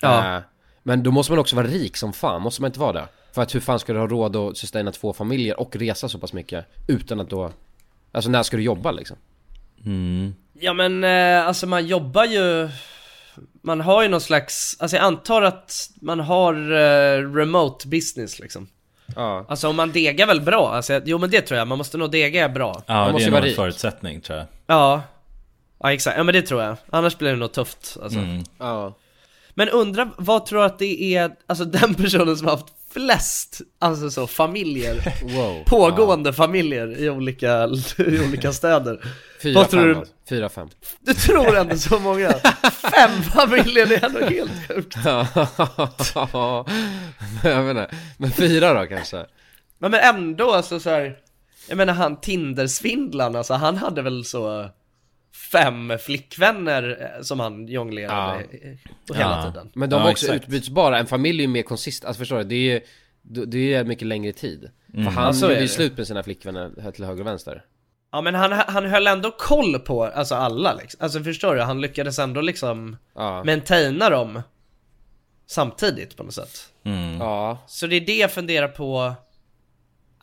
B: Ja.
A: Eh, men då måste man också vara rik som fan, måste man inte vara det? För att hur fan ska du ha råd att sustaina två familjer och resa så pass mycket utan att då, alltså när ska du jobba liksom?
B: Ja men eh, alltså man jobbar ju Man har ju någon slags, alltså jag antar att man har eh, remote business liksom
A: Ja.
B: Alltså om man degar väl bra, alltså, jag- jo men det tror jag, man måste nog dega bra
C: Ja,
A: Man
C: det
A: måste
C: är
A: vara
C: nog en
A: rik.
C: förutsättning tror jag.
B: Ja Ja exakt, ja men det tror jag, annars blir det nog tufft alltså.
A: Ja.
B: Men undra, vad tror du att det är, alltså den personen som har haft flest, alltså så familjer
A: Wow.
B: Pågående familjer i olika, i olika städer
A: Fyra,
B: Vad tror
A: fem,
B: du-
A: alltså. fyra, fem.
B: Du tror ändå så många? Fem familjer, det är ändå helt sjukt
A: Ja. jag menar, men fyra då kanske?
B: Men, men ändå alltså så här, jag menar han Tindersvindlaren alltså, han hade väl så fem flickvänner eh, som han jonglerade
A: Ja.
B: eh, hela tiden.
A: Men de
C: Ja,
A: var också
C: exakt.
A: utbytbara, en familj är ju mer konsist, alltså förstår du? Det är ju, det det är ju mycket längre tid.
F: Mm.
A: För han
B: Ja, så är
A: gjorde ju
B: det.
A: slut med sina flickvänner här till höger och vänster.
C: Mm.
B: Ja men han, han höll ändå koll på, alltså alla liksom. Alltså förstår du? Han lyckades ändå liksom
A: Ja.
B: maintaina dem samtidigt på något sätt.
C: Mm.
A: Ja.
B: Så det är det jag funderar på.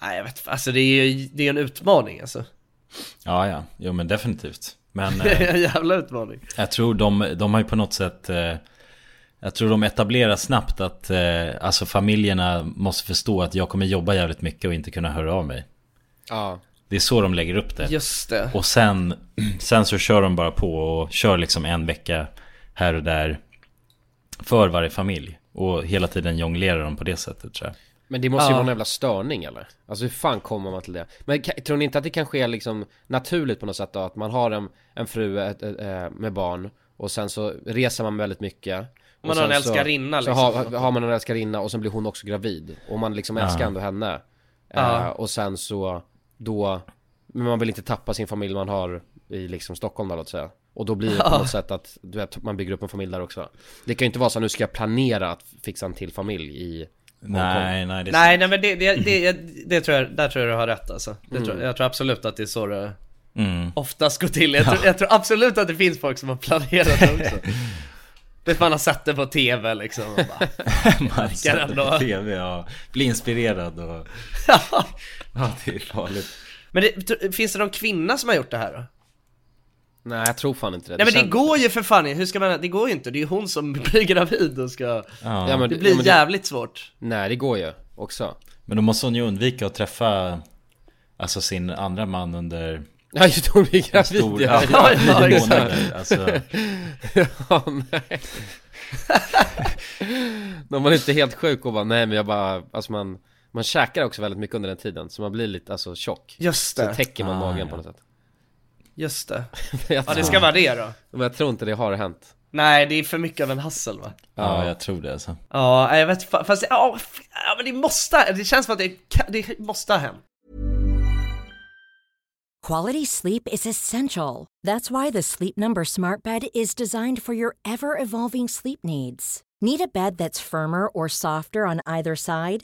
B: Nej jag vet inte, alltså det är ju det är en utmaning alltså.
C: Ja, ja. Jo, men definitivt. Men
B: Det
C: eh,
B: är en jävla utmaning.
C: jag tror de, de har ju på något sätt... Eh, jag tror de etablerar snabbt att eh, alltså familjerna måste förstå att jag kommer jobba jävligt mycket och inte kunna höra av mig.
A: Ja.
C: Det är så de lägger upp det.
B: Just det.
C: Och sen, sen så kör de bara på och kör liksom en vecka här och där för varje familj. Och hela tiden jonglerar de på det sättet tror jag.
A: Men det måste ju
B: Ja.
A: vara en jävla störning eller? Alltså hur fan kommer man till det? Men ka- tror ni inte att det kan ske liksom naturligt på något sätt då? Att man har en, en fru ett, ett, eh, med barn och sen så reser man väldigt mycket och
B: Man har
A: sen
B: en
A: så-
B: älskarinna,
A: Så
B: liksom.
A: har, har man en älskarinna och sen blir hon också gravid Och man liksom älskar ändå henne eh,
B: Ja.
A: Och sen så då Men man vill inte tappa sin familj man har i liksom Stockholm då låt säga Och då blir det på något sätt att du vet, man bygger upp en familj där också Det kan ju inte vara så att nu ska jag planera att fixa en till familj i
C: Nej, nej. Det är
B: Nej nej men det, det, det, det tror jag, där tror jag du har rätt alltså. Det tror, jag tror absolut att det är så det
C: Mm.
B: oftast går till. Jag, tror, jag tror absolut att det finns folk som har planerat det också. Det man har sett det på TV liksom. Och bara,
C: Man sätter
B: ändå.
C: på TV och blir inspirerad och... Ja, det är farligt.
B: Men det, tr- finns det någon kvinna som har gjort det här då?
A: Nej jag tror fan inte det
B: Nej men det
A: känns-
B: går ju för fan hur ska man, det går ju inte, det är ju hon som blir gravid och ska...
C: Ja.
A: Ja, men,
B: Det
A: ja,
B: blir
A: men
B: jävligt svårt.
A: Nej det går ju också
C: Men då måste hon ju undvika att träffa alltså sin andra man under
A: Ja just det, hon blir
C: en
A: gravid
C: stor...
A: ja.
B: ja, ja,
C: nio
B: exakt.
C: månader. Alltså,
A: Ja, nej. När man är inte helt sjuk och bara nej men jag bara, alltså man, man käkar också väldigt mycket under den tiden så man blir lite alltså tjock.
B: Just
A: Så
B: det,
A: täcker man
C: Ah,
A: magen
C: ja.
A: på något sätt.
B: just det.
A: Jag
B: Ja
A: tror,
B: det ska vara det då.
A: Men jag tror inte det har hänt.
B: Nej det är för mycket av en hassel va?
C: ja, jag tror det alltså.
B: Ja, nej, jag vet fa- fast, ja, f- ja men det måste, det känns som att det, ka- det måste ha hänt.
L: Quality sleep is essential. That's why the Sleep Number Smart Bed is designed for your ever evolving sleep needs. Need a bed that's firmer or softer on either side?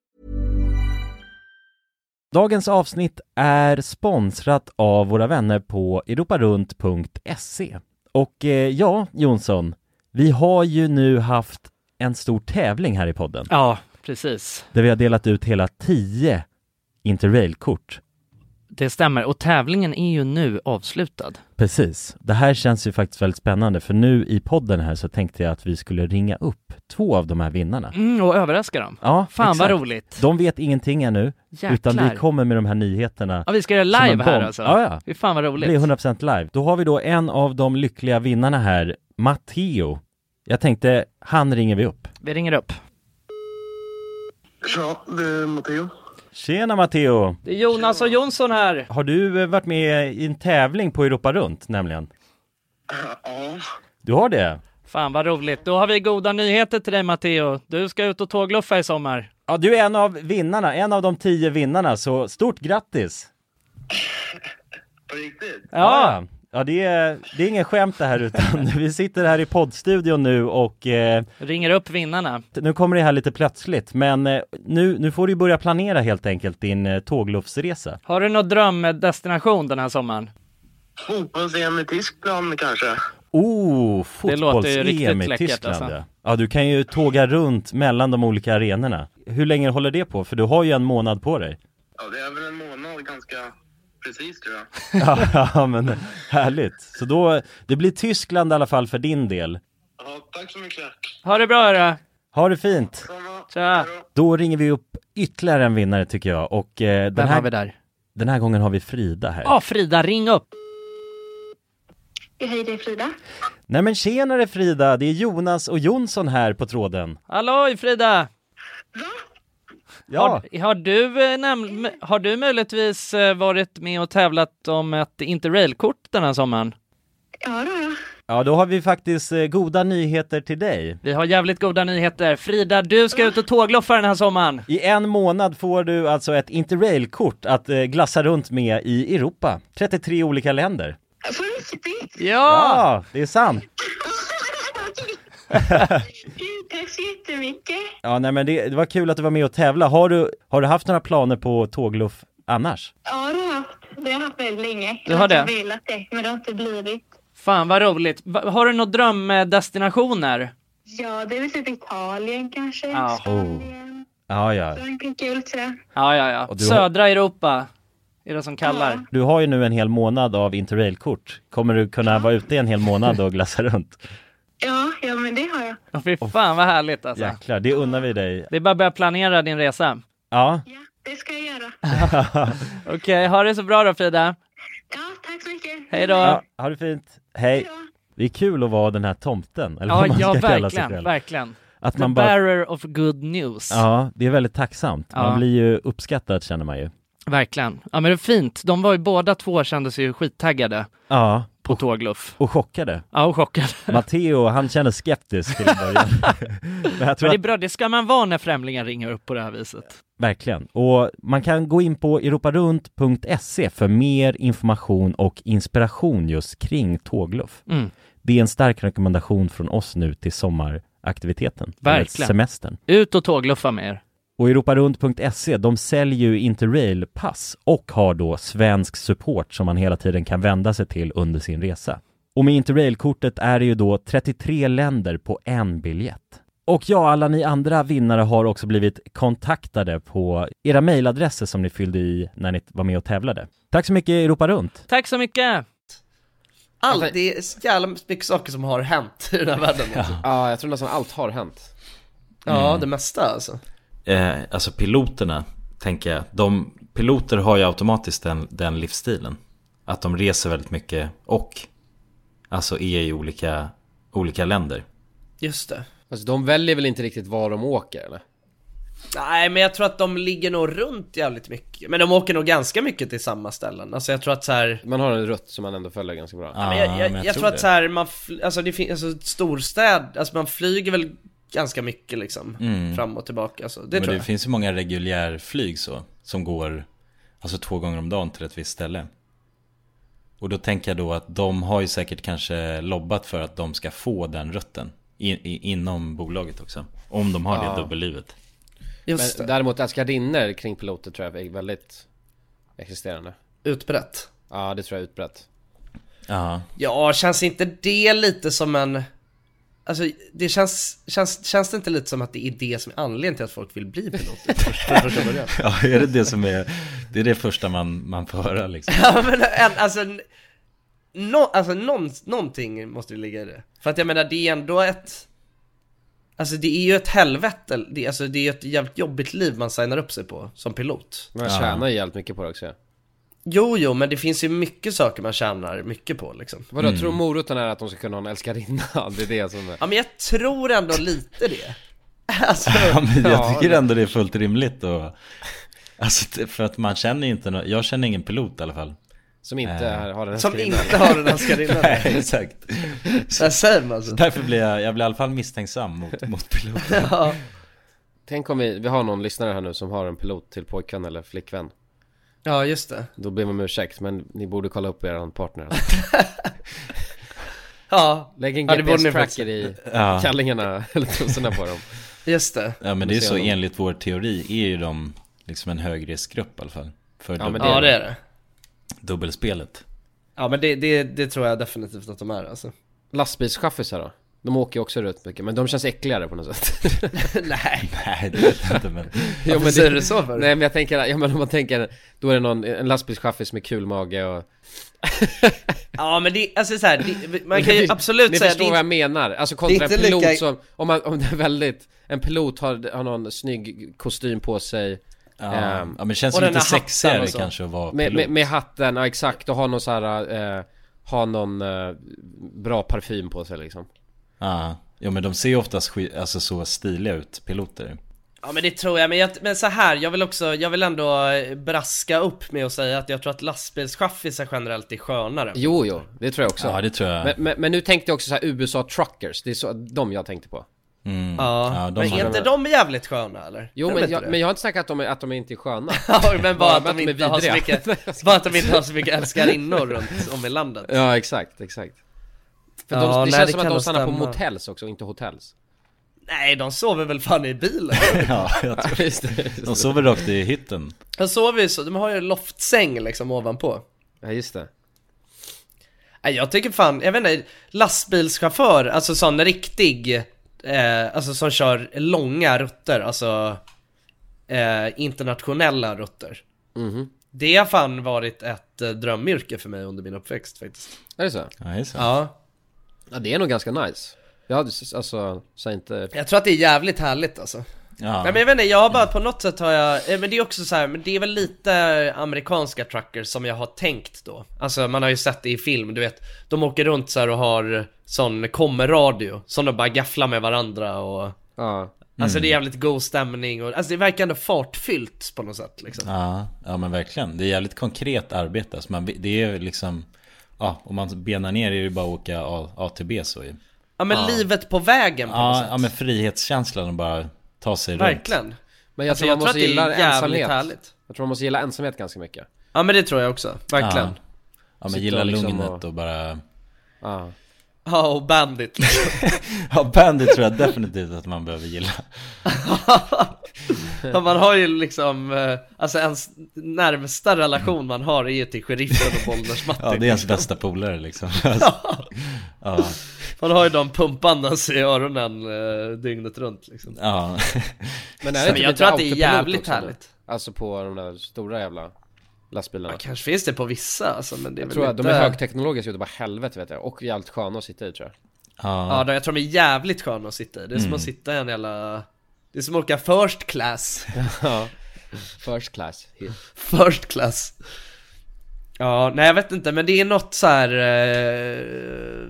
F: Dagens avsnitt är sponsrat av våra vänner på europarunt.se. Och eh, ja, Jonsson, vi har ju nu haft en stor tävling här i podden
H: Ja, precis.
F: där vi har delat ut hela 10 interrailkort.
H: Det stämmer. Och tävlingen är ju nu avslutad.
F: Precis. Det här känns ju faktiskt väldigt spännande för nu i podden här så tänkte jag att vi skulle ringa upp två av de här vinnarna.
H: Mm, och överraska dem.
F: Ja,
H: Fan vad
F: exakt.
H: roligt.
F: De vet ingenting ännu,
H: Jäklar.
F: utan vi kommer med de här nyheterna
H: Ja, vi ska göra
F: som en
H: live här
F: bomb.
H: alltså.
F: Ja, ja.
H: Fy fan vad roligt.
F: Det blir 100% live. Då har vi då en av de lyckliga vinnarna här, Matteo. Jag tänkte, han ringer vi upp.
H: Vi ringer upp.
M: Ja, det är Matteo.
F: Tjena Matteo!
H: Det är Jonas och Jonsson här.
F: Har du eh, varit med i en tävling på Europa runt nämligen?
M: Ja.
F: Du har det?
H: Fan vad roligt. Då har vi goda nyheter till dig Matteo. Du ska ut och tågluffa i sommar.
C: Ja, du är en av vinnarna, en av de tio vinnarna, så stort grattis!
N: På riktigt?
C: Ja! Ja, det är, det är ingen skämt det här utan vi sitter här i poddstudion nu och eh,
O: Ringer upp vinnarna.
C: nu kommer det här lite plötsligt men eh, nu, nu får du ju börja planera helt enkelt din eh, tågluffsresa.
O: Har du någon drömdestination den här sommaren?
N: Fotbolls-EM i Tyskland kanske?
C: Oh,
O: Det låter ju
C: fotbolls-EM
O: riktigt
C: i
O: läckert,
C: Tyskland
O: alltså.
C: ja. ja, du kan ju tåga runt mellan de olika arenorna. Hur länge håller det på? För du har ju en månad på dig.
N: Ja, det är väl en månad ganska precis tror jag.
C: Ja, ja, men härligt. Så då, det blir Tyskland i alla fall för din del.
N: Ja, tack så mycket.
O: Ha det bra hörru!
C: Ha det fint!
O: Tja!
C: Då ringer vi upp ytterligare en vinnare tycker jag och eh, den,
O: Vem
C: här,
O: har vi där?
C: den här gången har vi Frida här.
O: Ja Frida, ring upp!
P: Hej, det är Frida.
C: Nej men tjenare Frida, det är Jonas och Jonsson här på tråden.
O: Halloj Frida!
C: Ja,
O: Har, har, du, eh, näm-
B: Mm.
O: m- har du möjligtvis eh, varit med och tävlat om ett interrailkort den här sommaren?
P: Ja, då.
C: ja då har vi faktiskt eh, goda nyheter till dig.
O: Vi har jävligt goda nyheter. Frida, du ska ut och tågloffa den här sommaren.
C: I en månad får du alltså ett interrailkort att eh, glassa runt med i Europa. 33 olika länder.
P: På riktigt?
C: Ja, det är sant.
P: Gud, Tack så jättemycket.
C: Ja, nej men det, det var kul att du var med och tävla. Har du, har du haft några planer på tågluff annars?
P: Ja, det har jag haft. Det har jag haft väldigt länge.
O: Du har
P: Jag
O: det?
P: inte velat det, men det har inte blivit.
O: Fan vad roligt. Va- Har du några drömdestinationer?
P: Ja, det är väl typ Italien kanske.
O: Ja.
P: Spanien.
C: Ja, ja.
P: Frankrike, tror jag.
O: Ja, ja, ja.
C: Och du har-
O: Södra Europa är det som kallar.
C: Du har ju nu en hel månad av interrailkort. Kommer du kunna vara ute i en hel månad och glassa runt?
P: Ja, ja, men det har jag.
O: Åh, Fy fan vad härligt alltså.
C: Jäklar, det unnar vi dig.
O: Det är bara att börja planera din resa.
C: Ja.
P: Det ska jag göra.
O: Okej, ha det så bra då Frida.
P: Ja, tack så mycket.
O: Hej då.
C: ja, ha det fint. Hej. Det är kul att vara den här tomten, eller
O: Ja,
C: vad man
O: ja
C: ska kalla sig
O: verkligen,
C: själv.
O: verkligen.
C: Att
O: The
C: man bara-
O: bearer of good news.
C: Ja, det är väldigt tacksamt. Man
O: Ja.
C: blir ju uppskattad känner man ju.
O: Verkligen. Ja men det är fint. De var ju båda två kände sig ju skittaggade
C: Ja,
O: på tågluff.
C: och chockade.
O: Ja, och chockade.
C: Matteo, han känner skeptisk till en början. Men jag tror
O: Men det är
C: att,
O: bra, det ska man vara när främlingar ringer upp på det här viset.
C: verkligen. Och man kan gå in på europarunt.se E för mer information och inspiration just kring tågluff.
O: Mm.
C: Det är en stark rekommendation från oss nu till sommaraktiviteten. eller
O: Verkligen.
C: Semestern.
O: Ut och tågluffa med er.
C: Och europarunt.se, E, de säljer ju Interrail-pass och har då svensk support som man hela tiden kan vända sig till under sin resa. Och med Interrail-kortet är det ju då 33 länder på en biljett. Och ja, alla ni andra vinnare har också blivit kontaktade på era mejladresser som ni fyllde i när ni var med och tävlade. Tack så mycket Europa Runt!
O: Tack så mycket!
B: Allt, det är så jävla mycket saker som har hänt i den här världen alltså.
A: Ja, jag tror nästan allt har hänt.
B: Ja, det mesta alltså.
Q: Eh, alltså piloterna, tänker jag. De, piloter har ju automatiskt den, den livsstilen. Att de reser väldigt mycket och alltså är i olika, olika länder.
B: Just det.
A: Alltså de väljer väl inte riktigt var de åker eller?
B: Nej men jag tror att de ligger nog runt jävligt mycket. Men de åker nog ganska mycket till samma ställen. Alltså jag tror att så här.
A: Man har en rutt som man ändå följer ganska bra.
B: men
C: Ah,
B: jag, jag, jag, tror att så här, man, fl- alltså det finns, alltså storstäd, alltså man flyger väl ganska mycket liksom.
Q: Mm.
B: Fram och tillbaka alltså. Det
Q: Det, Men
B: tror
Q: det
B: jag.
Q: finns ju många reguljärflyg så. Som går alltså två gånger om dagen till ett visst ställe. Och då tänker jag då att de har ju säkert kanske lobbat för att de ska få den rutten. I, i, inom bolaget också. Om de har
A: Ja.
Q: det dubbellivet.
B: Just
A: Men
B: det.
A: däremot älskardinner kring piloter tror jag är väldigt existerande.
B: Utbrett.
A: Ja, det tror jag är utbrett.
Q: Ja.
B: Ja, känns inte det lite som en... Alltså det känns, känns, känns det inte lite som att det är det som är anledningen till att folk vill bli piloter? först- från första början?
Q: Ja, är det det som är... Det är det första man, man får höra liksom.
B: Ja men en, alltså, n- nå alltså någon, någonting måste det ligga i det. För att jag menar det är ändå ett, alltså det är ju ett helvete, det, alltså det är ju ett jävligt jobbigt liv man signar upp sig på som pilot.
A: Man tjänar ju jävligt mycket på det också.
B: Jo jo men det finns ju mycket saker man tjänar mycket på liksom.
A: Vadå, tror moroten är att de ska kunna ha en älskarinna? Det är det som är...
B: Ja men jag tror ändå lite det. Alltså,
Q: Ja, men
A: Ja,
Q: jag tycker
A: det-
Q: ändå det är fullt rimligt och... Alltså det- för att man känner ju inte nå- Jag känner ingen pilot i alla fall.
A: Som inte
Q: Eh.
A: är, har en
B: som
A: älskarinna.
B: inte har en älskarinna.
Q: Nej, exakt.
B: Där säger man så.
Q: Därför blir jag, jag blir i alla fall misstänksam mot, mot piloten.
B: Ja.
A: Tänk om vi, vi har någon lyssnare här nu som har en pilot till pojkvän eller flickvän
B: Ja, just det.
A: Då ber man om ursäkt, men ni borde kolla upp er partner
B: Ja,
A: Lägg en
B: ja, det borde ni
A: GPS-tracker i
C: Ja.
A: kallingarna eller trosorna på dem
B: Just det.
C: Ja men det
A: Vi
C: är
A: ser
C: så
A: dem.
C: enligt vår teori är ju de liksom en högriskgrupp i alla fall. För
A: Ja, men
C: dubbel-
A: det är
B: det. Ja, det är det.
C: Dubbelspelet.
B: Ja men det, det, det tror jag definitivt att de är alltså.
A: Lastbilschaffisar då? De åker ju också runt mycket, men de känns äckligare på något sätt
B: Nej.
C: Nej det vet jag inte men.
A: Jo, men
B: Varför säger du så för?
A: Nej men jag tänker, ja men om man tänker, då är det någon, en lastbilschaffis med kul mage och
B: Ja men det, alltså så här, det, man kan ju absolut
A: Ni
B: säga
A: förstår
B: det-
A: vad jag menar, alltså kontra
B: inte
A: en pilot
B: lika-
A: som, om, man, om det är väldigt, en pilot har, har någon snygg kostym på sig
C: Ja,
A: ehm,
C: ja men det känns
A: och
C: lite
A: den här hatten
C: sexigare
A: och så.
C: kanske att vara
A: med,
C: pilot.
A: med, med hatten, ja exakt, och ha någon så här, eh, ha någon eh, bra parfym på sig liksom
C: Ja. ja men de ser ju oftast skit, alltså så stiliga ut, piloter.
B: Ja men det tror jag, men, jag, men så här, jag vill också, jag vill ändå eh, braska upp med att säga att jag tror att lastbilschaffisar generellt är skönare
A: Jo jo, det tror jag också
C: Ja det tror jag.
A: men, men, men nu tänkte jag också så här USA truckers, det är så, de jag tänkte på
C: Mm.
B: Ja,
C: de
B: men
C: har-
B: är inte de jävligt sköna eller?
A: Jo
B: Är de
A: men
B: inte
A: jag,
B: det?
A: men jag har inte snackat att de, är- att de inte är sköna
B: Ja, men bara att de
A: är
B: inte har så
A: vidriga.
B: mycket, bara att de inte har så mycket älskarinnor runt om i landet
A: Ja exakt, exakt För de,
B: Ja,
A: det
B: nej,
A: känns
B: det
A: som att
B: kan
A: de
B: nog
A: stannar på
B: stämma.
A: motells också, inte hotells
B: Nej, de sover väl fan i bilen?
C: ja, jag tror.
A: Just det, just
C: De
A: det.
C: sover rakt i hytten.
B: De sover ju så, de har ju en loftsäng liksom ovanpå
A: Ja just det
B: Nej jag tycker fan, jag vet inte, lastbilschaufför, alltså sån riktig, eh, alltså som kör långa rutter, alltså eh, internationella rutter.
A: Mhm.
B: Det har fan varit ett eh, drömyrke för mig under min uppväxt faktiskt.
A: Är det så?
C: Ja, just det.
B: Ja.
A: Ja det är nog ganska nice Jag hade s- alltså, säg inte
B: Jag tror att det är jävligt härligt alltså.
C: Ja.
B: Nej men jag vet inte, jag har bara på något sätt har jag, eh, men det är också så här, men det är väl lite amerikanska truckers som jag har tänkt då. Alltså man har ju sett det i film, du vet. De åker runt så här och har sån kommer-radio som de bara gafflar med varandra och
A: Ja,
B: Alltså det är
C: Mm.
B: jävligt god stämning och alltså det verkar ändå fartfyllt på något sätt liksom.
C: Ja, ja men verkligen. Det är jävligt konkret arbete. Alltså man, det är liksom, ja, om man benar ner det är det bara att åka A, A till B så ju.
B: Ja men livet på vägen på något
C: Ja,
B: sätt.
C: ja men frihetskänslan att bara ta sig runt.
B: Verkligen.
A: men jag
B: Alltså,
A: tror
B: jag
A: man
B: tror
A: måste
B: att det är
A: gilla
B: jävligt
A: ensamhet
B: härligt.
A: Jag tror man måste gilla ensamhet ganska mycket
B: Ja men det tror jag också, verkligen.
C: Ja. Ja
A: Sitta
C: men gilla
A: och liksom
C: lugnet
A: och-
C: och bara...
A: Ja,
B: Ja och bandit.
C: Ja bandit tror jag definitivt att man behöver gilla.
B: Ja, man har ju liksom, eh, alltså ens närmsta relation man har är ju till sheriffen och
C: Ja
B: Bollnäs-Martin.
C: det är ens bästa polare liksom. Alltså, ja,
B: Man har ju de pumpandes i öronen eh, dygnet runt liksom.
C: ja.
A: Men
B: Men jag
A: lite
B: tror att det är
A: autopilot
B: jävligt
A: också nu?
B: härligt.
A: Alltså på de där stora jävla lastbilarna
B: Ja, kanske finns det på vissa alltså, men det är
A: Jag
B: väl
A: tror att
B: inte...
A: de är högteknologiska utav bara helvete vet jag, och jävligt sköna att sitta i tror jag
B: Ja,
C: ja.
B: de, jag tror de är jävligt sköna att sitta i. Det är
A: Mm.
B: som att sitta i en jävla... Det är som att åka first class.
A: Ja First class
B: Mm.
A: hit.
B: First class. Ja, nej jag vet inte, men det är något så här... Eh,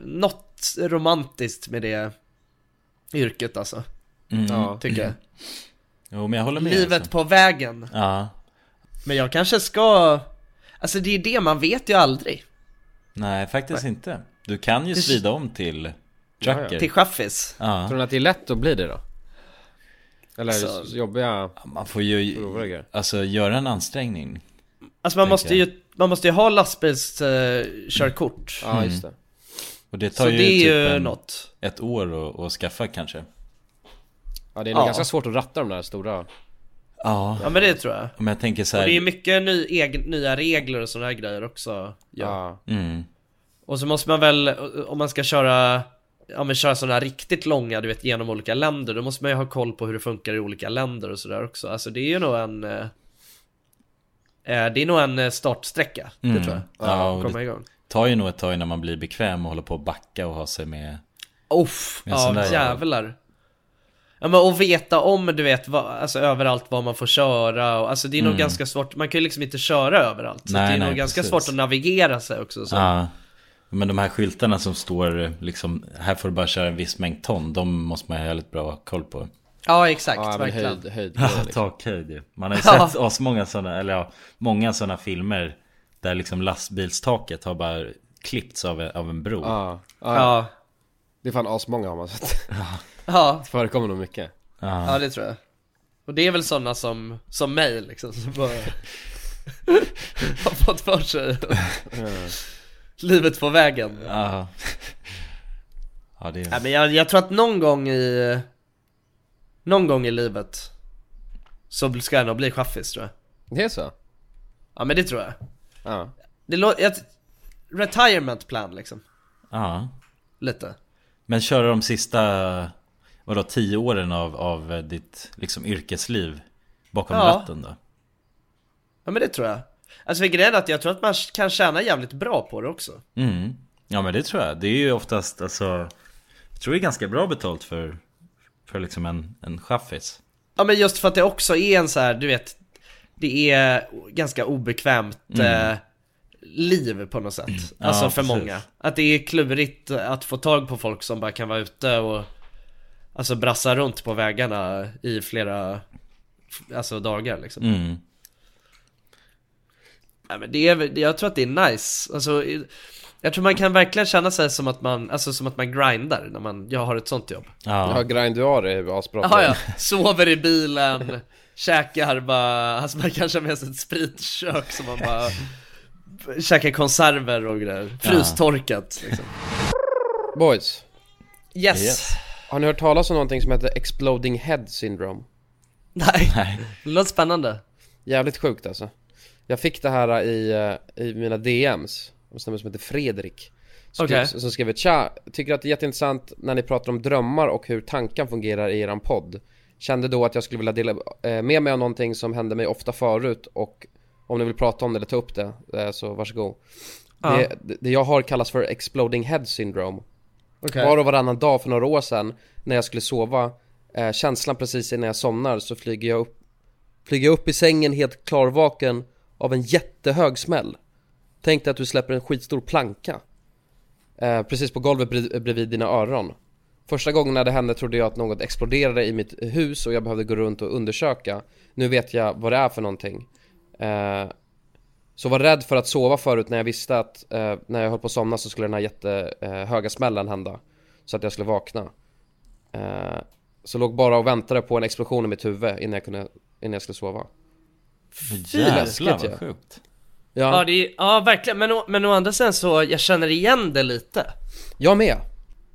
B: något romantiskt med det yrket alltså,
A: Ja,
B: tycker jag.
C: Jo men jag håller med.
B: Livet
C: alltså.
B: på vägen.
C: Ja.
B: Men jag kanske ska... Alltså det är det, man vet ju aldrig.
C: Nej faktiskt inte. Du kan ju svida om till trucker.
B: Till chaffis.
C: Ja.
A: tror ni att det är lätt att bli det då? Eller
B: Alltså-
A: så jobbiga
C: Man får ju
A: prover och grejer?
C: alltså, göra en ansträngning.
B: Alltså man måste
C: jag.
B: ju, man måste ju ha lastbilskörkort. Eh, körkort.
A: Ja just det
C: Och det tar
B: Så
C: ju
B: det är
C: typ
B: ju
C: en,
B: något.
C: ett år att- att skaffa kanske.
A: Ja det är nog
B: Ja.
A: ganska svårt att ratta de där stora
C: Ja.
B: Ja men det tror jag.
C: Om jag tänker så
B: Och
C: här.
B: det är mycket ny, egen, nya regler och sådana här grejer också. Ja.
A: Ja,
C: Mm.
B: Och så måste man väl, eh, om man ska köra, ja men köra sådana här riktigt långa, du vet genom olika länder, då måste man ju ha koll på hur det funkar i olika länder och sådär också. Alltså det är ju nog en, eh, eh, det är nog en eh, startsträcka, det
C: Mm.
B: tror jag.
C: Ja,
B: att
C: och
B: komma
C: det-
B: igång.
C: tar ju nog ett tag innan man blir bekväm och håller på att backa och ha sig med
B: Uff,
C: En sån
B: ja
C: där
B: jävlar. Ja men och veta om du vet, vad, alltså överallt vad man får köra och, alltså det är nog ganska svårt, man kan ju liksom inte köra överallt. Så
C: Mm. Nej,
B: det är
C: nej,
B: nog ganska
C: precis.
B: svårt att navigera sig också. Så.
C: Ja. Men de här skyltarna som står liksom Här får du bara köra en viss mängd ton De måste man ha jävligt bra koll på Liksom.
B: Ja exakt,
A: ja men
B: verkligen.
A: höjd, höjd liksom.
C: Takhöjd ju Man har ju
B: Ja.
C: sett asmånga sådana Eller ja, många sådana filmer Där liksom lastbilstaket har bara klippts av, av en bro
A: ja, ja,
B: Ja,
A: det är fan asmånga har man sett
B: ja,
A: Förekommer nog mycket
B: ja det tror jag. Och det är väl sådana som, som mig liksom, som bara har fått för sig livet på vägen.
C: Ja. Ja, det
B: Ja,
C: är...
B: men jag, jag tror att någon gång i, någon gång i livet så ska jag nog bli chaffis tror jag.
A: Det är så?
B: Ja men det tror jag.
A: Ja.
B: Det låter, ett retirement plan liksom,
C: Ja.
B: lite.
C: Men köra de sista, vadå, tio åren av, av ditt liksom yrkesliv bakom
B: Ja.
C: ratten då?
B: Ja men det tror jag. Alltså för grejen är att jag tror att man kan tjäna jävligt bra på det också.
C: Mm. Ja men det tror jag. Det är ju oftast alltså Jag tror det är ganska bra betalt för För liksom en, en chaffis
B: Ja men just för att det också är en så här, du vet Det är ganska obekvämt
C: Mm.
B: eh, liv på något sätt
C: Ja,
B: Alltså för
C: precis.
B: många Att det är klurigt att få tag på folk som bara kan vara ute och Alltså brassa runt på vägarna i flera Alltså dagar liksom
C: mm.
B: Nej, men det är, väl- jag tror att det är nice. Alltså, i- jag tror man kan verkligen känna sig som att man, alltså som att man grindar när man, jag har ett sånt jobb.
A: Ja. ja grind du har det är asbra
B: Jaha ja, sover i bilen, käkar bara, alltså man kanske har med sig ett spritkök som man bara käkar konserver och grejer. Frystorkat liksom.
A: Boys
B: Yes. Yes.
A: Har ni hört talas om någonting som heter Exploding Head Syndrome?
B: Nej. Det låter spännande.
A: Jävligt sjukt alltså Jag fick det här i, eh, i mina DMs En snubbe som heter Fredrik Som
B: Okej.
A: skrev- Som skrev Tja, tycker att det är jätteintressant när ni pratar om drömmar och hur tanken fungerar i eran podd Kände då att jag skulle vilja dela eh, med mig av någonting som hände mig ofta förut och om ni vill prata om det eller ta upp det eh, så varsågod
B: Ja.
A: det, det- det jag har kallas för Exploding Head Syndrome
B: Okej.
A: Var och varannan dag för några år sedan när jag skulle sova eh, Känslan precis innan jag somnar så flyger jag upp Flyger jag upp i sängen helt klarvaken av en jättehög smäll Tänk dig att du släpper en skitstor planka eh, Precis på golvet bri- bredvid dina öron Första gången när det hände trodde jag att något exploderade i mitt hus och jag behövde gå runt och undersöka Nu vet jag vad det är för någonting eh, Så var rädd för att sova förut när jag visste att eh, när jag höll på att somna så skulle den här jättehöga eh, höga smällen hända Så att jag skulle vakna eh, Så låg bara och väntade på en explosion i mitt huvud innan jag, kunde, innan jag skulle sova
C: Jävlar
A: läskigt,
C: vad
A: ja.
C: sjukt
B: Ja,
A: Ja,
B: det är, ja verkligen, men, å- men å andra sidan så, jag känner igen det lite.
A: jag med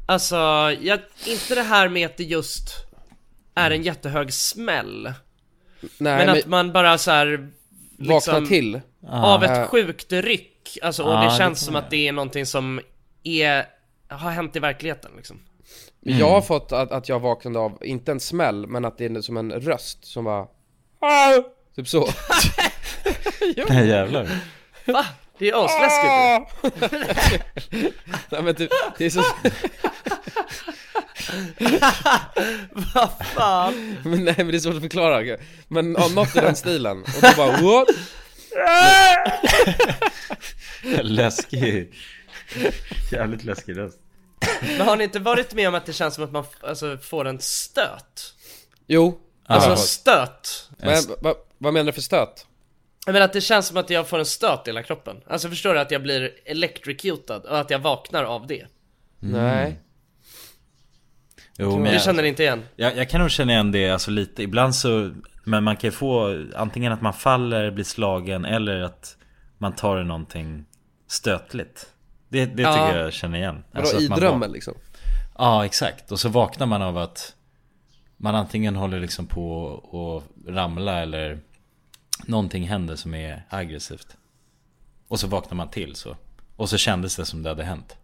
B: Alltså, jag, inte det här med att det just är en jättehög smäll.
A: Nej,
B: men,
A: men-
B: att liksom- Mm. man bara så här
A: Vaknar till.
B: Av
A: Ah.
B: ett sjukt ryck. Alltså, och
A: Ah,
B: det
A: det
B: känns
A: kan
B: som att det är någonting som är, har hänt i verkligheten liksom.
A: Men Jag har fått att, att jag vaknade av, inte en smäll, men att det är som en röst som bara Typ så
C: Nej jävlar
B: Va? Det är asläskigt
A: Nej men typ, det är så
B: Vad fan?
A: men, Nej men det är svårt att förklara Men ja, något i den stilen, och då bara what?
C: Läskig Jävligt läskig röst
B: Men har ni inte varit med om att det känns som att man f- alltså, får en stöt?
A: Jo
B: Alltså stöt
A: men, vad, vad menar du för stöt?
B: Jag menar att det känns som att jag får en stöt i hela kroppen Alltså förstår du att jag blir electrocutad och att jag vaknar av det?
C: Mm.
A: Nej
C: Jo,
B: Du känner inte igen?
C: Jag, jag kan nog känna igen det alltså lite Ibland så Men man kan ju få Antingen att man faller, blir slagen Eller att Man tar i någonting Stötligt Det, det
A: Ja.
C: tycker jag känner igen Alltså,
A: Vadå, i
C: att man
A: drömmen
C: vak-
A: liksom?
C: Ja exakt Och så vaknar man av att Man antingen håller liksom på att ramla eller Någonting händer som är aggressivt Och så vaknar man till så Och så kändes det som det hade hänt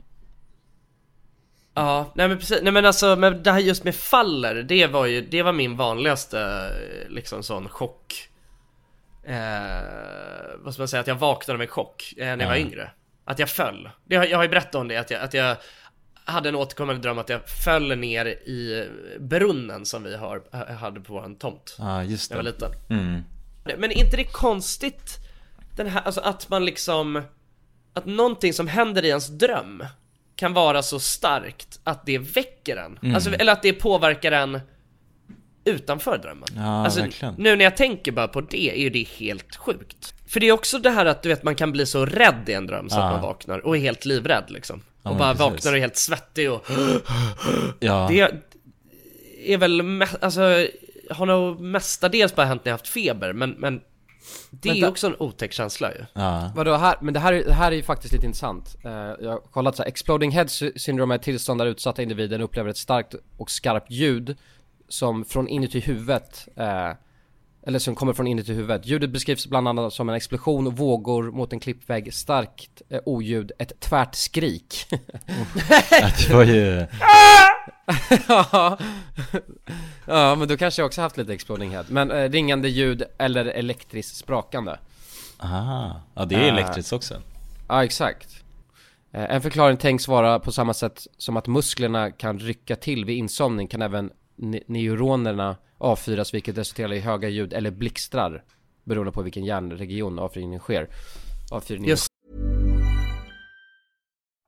B: Ja, nej men precis, nej men alltså men det här just med faller, det var ju, det var min vanligaste eh, liksom sån chock eh, Vad ska man säga, att jag vaknade med chock eh, när jag var
H: Ja.
B: yngre Att jag föll, det, har- jag har ju berättat om det, att jag, att jag hade en återkommande dröm att jag föll ner i brunnen som vi har, eh, hade på våran tomt
C: Ja just det
B: När jag var liten
C: mm.
B: Men är inte det konstigt den här, alltså att man liksom Att någonting som händer i ens dröm Kan vara så starkt att det väcker en
C: Mm.
B: alltså, Eller att det påverkar en Utanför drömmen
C: Ja,
B: alltså,
C: verkligen.
B: Nu när jag tänker bara på det är ju det helt sjukt För det är också det här att du vet man kan bli så rädd i en dröm så
C: Ja.
B: att man vaknar och är helt livrädd liksom
C: Ja,
B: Och
C: men
B: bara
C: precis.
B: vaknar och är helt svettig och
C: Ja
B: det är väl, me- alltså har nog mestadels bara hänt när jag haft feber, men, men det är
A: Men
B: ju
A: där-
B: också en otäck känsla ju.
C: Ja.
A: Vadå, här, men det här, är- det här är ju faktiskt lite intressant. Eh, jag har kollat så här, Exploding Head sy- syndrome är ett tillstånd där utsatta individen upplever ett starkt och skarpt ljud som från inuti huvudet, eh, eller som kommer från inuti huvudet. Ljudet beskrivs bland annat som en explosion, och vågor mot en klippvägg, starkt eh, oljud, ett tvärt skrik.
C: Det var ju...
A: ja. ja, men då kanske jag också haft lite Exploding Head. Men eh, ringande ljud eller elektriskt sprakande.
C: Ah, ja det är
A: Eh,
C: elektriskt också.
A: Ja, exakt. Eh, En förklaring tänks vara på samma sätt som att musklerna kan rycka till vid insomning kan även ne- neuronerna avfyras vilket resulterar i höga ljud eller blixtrar beroende på vilken hjärnregion avfyrningen sker. Avfyrningen
B: Just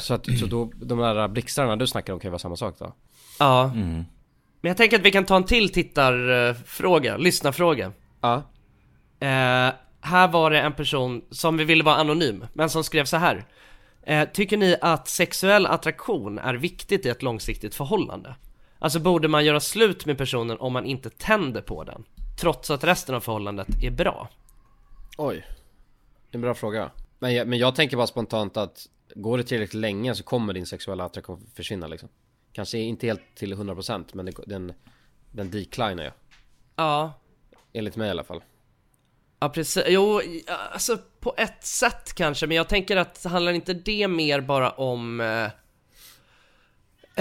A: Så, att, så då, de där blixtrarna du snackar om kan ju vara samma sak då?
B: Ja. Men jag tänker att vi kan ta en till tittarfråga, lyssnarfråga.
A: Ja.
B: Eh, här var det en person som vi ville vara anonym, men som skrev så här. Eh, tycker ni att sexuell attraktion är viktigt i ett långsiktigt förhållande? Alltså borde man göra slut med personen om man inte tänder på den? Trots att resten av förhållandet är bra?
A: Oj. Det är en bra fråga. Men jag, men jag tänker bara spontant att går det tillräckligt länge så kommer din sexuella attraktion försvinna liksom. Kanske inte helt till 100% men det, den, den declinar ju.
B: Ja,
A: Enligt mig i alla fall.
B: Ja precis, jo alltså på ett sätt kanske men jag tänker att handlar inte det mer bara om eh,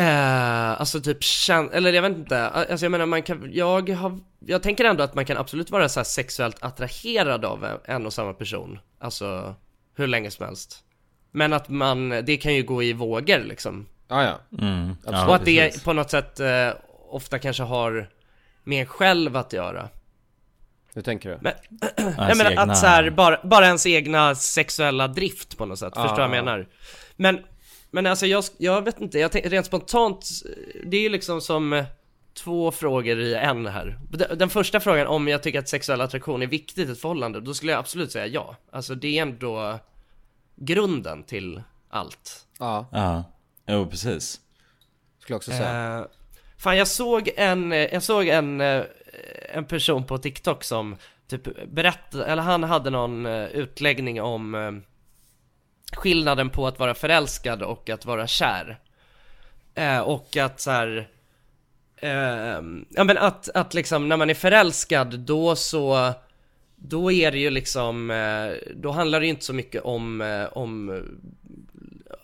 B: eh, Alltså typ kän- eller jag vet inte, alltså jag menar man kan, jag har, jag tänker ändå att man kan absolut vara så här sexuellt attraherad av en- en och samma person Alltså hur länge som helst Men att man, det kan ju gå i vågor liksom
A: Ja, Ah, ja.
C: Mm,
A: Absolut.
B: Och att det
A: precis.
B: på något sätt eh, ofta kanske har med en själv att göra
A: Hur tänker du?
B: Men, Nej,
A: Ens
B: men
A: egna-
B: att så här, bara, bara ens egna sexuella drift på något sätt,
A: Ja,
B: förstår du vad
A: ja.
B: jag menar? Men, men alltså jag, jag vet inte, jag tänk, rent spontant, det är ju liksom som eh, två frågor i en här. Den- Den första frågan, om jag tycker att sexuell attraktion är viktigt i ett förhållande, då skulle jag absolut säga ja. Alltså det är ändå grunden till allt.
A: Ja.
C: Ja, jo precis.
A: Skulle jag också säga.
B: Eh, fan jag såg en, eh, jag såg en, eh, en person på TikTok som typ berättade, eller han hade någon eh, utläggning om eh, skillnaden på att vara förälskad och att vara kär. Eh, och att så här. ehm, ja men att, att liksom när man är förälskad då så då är det ju liksom, eh, då handlar det ju inte så mycket om, eh, om,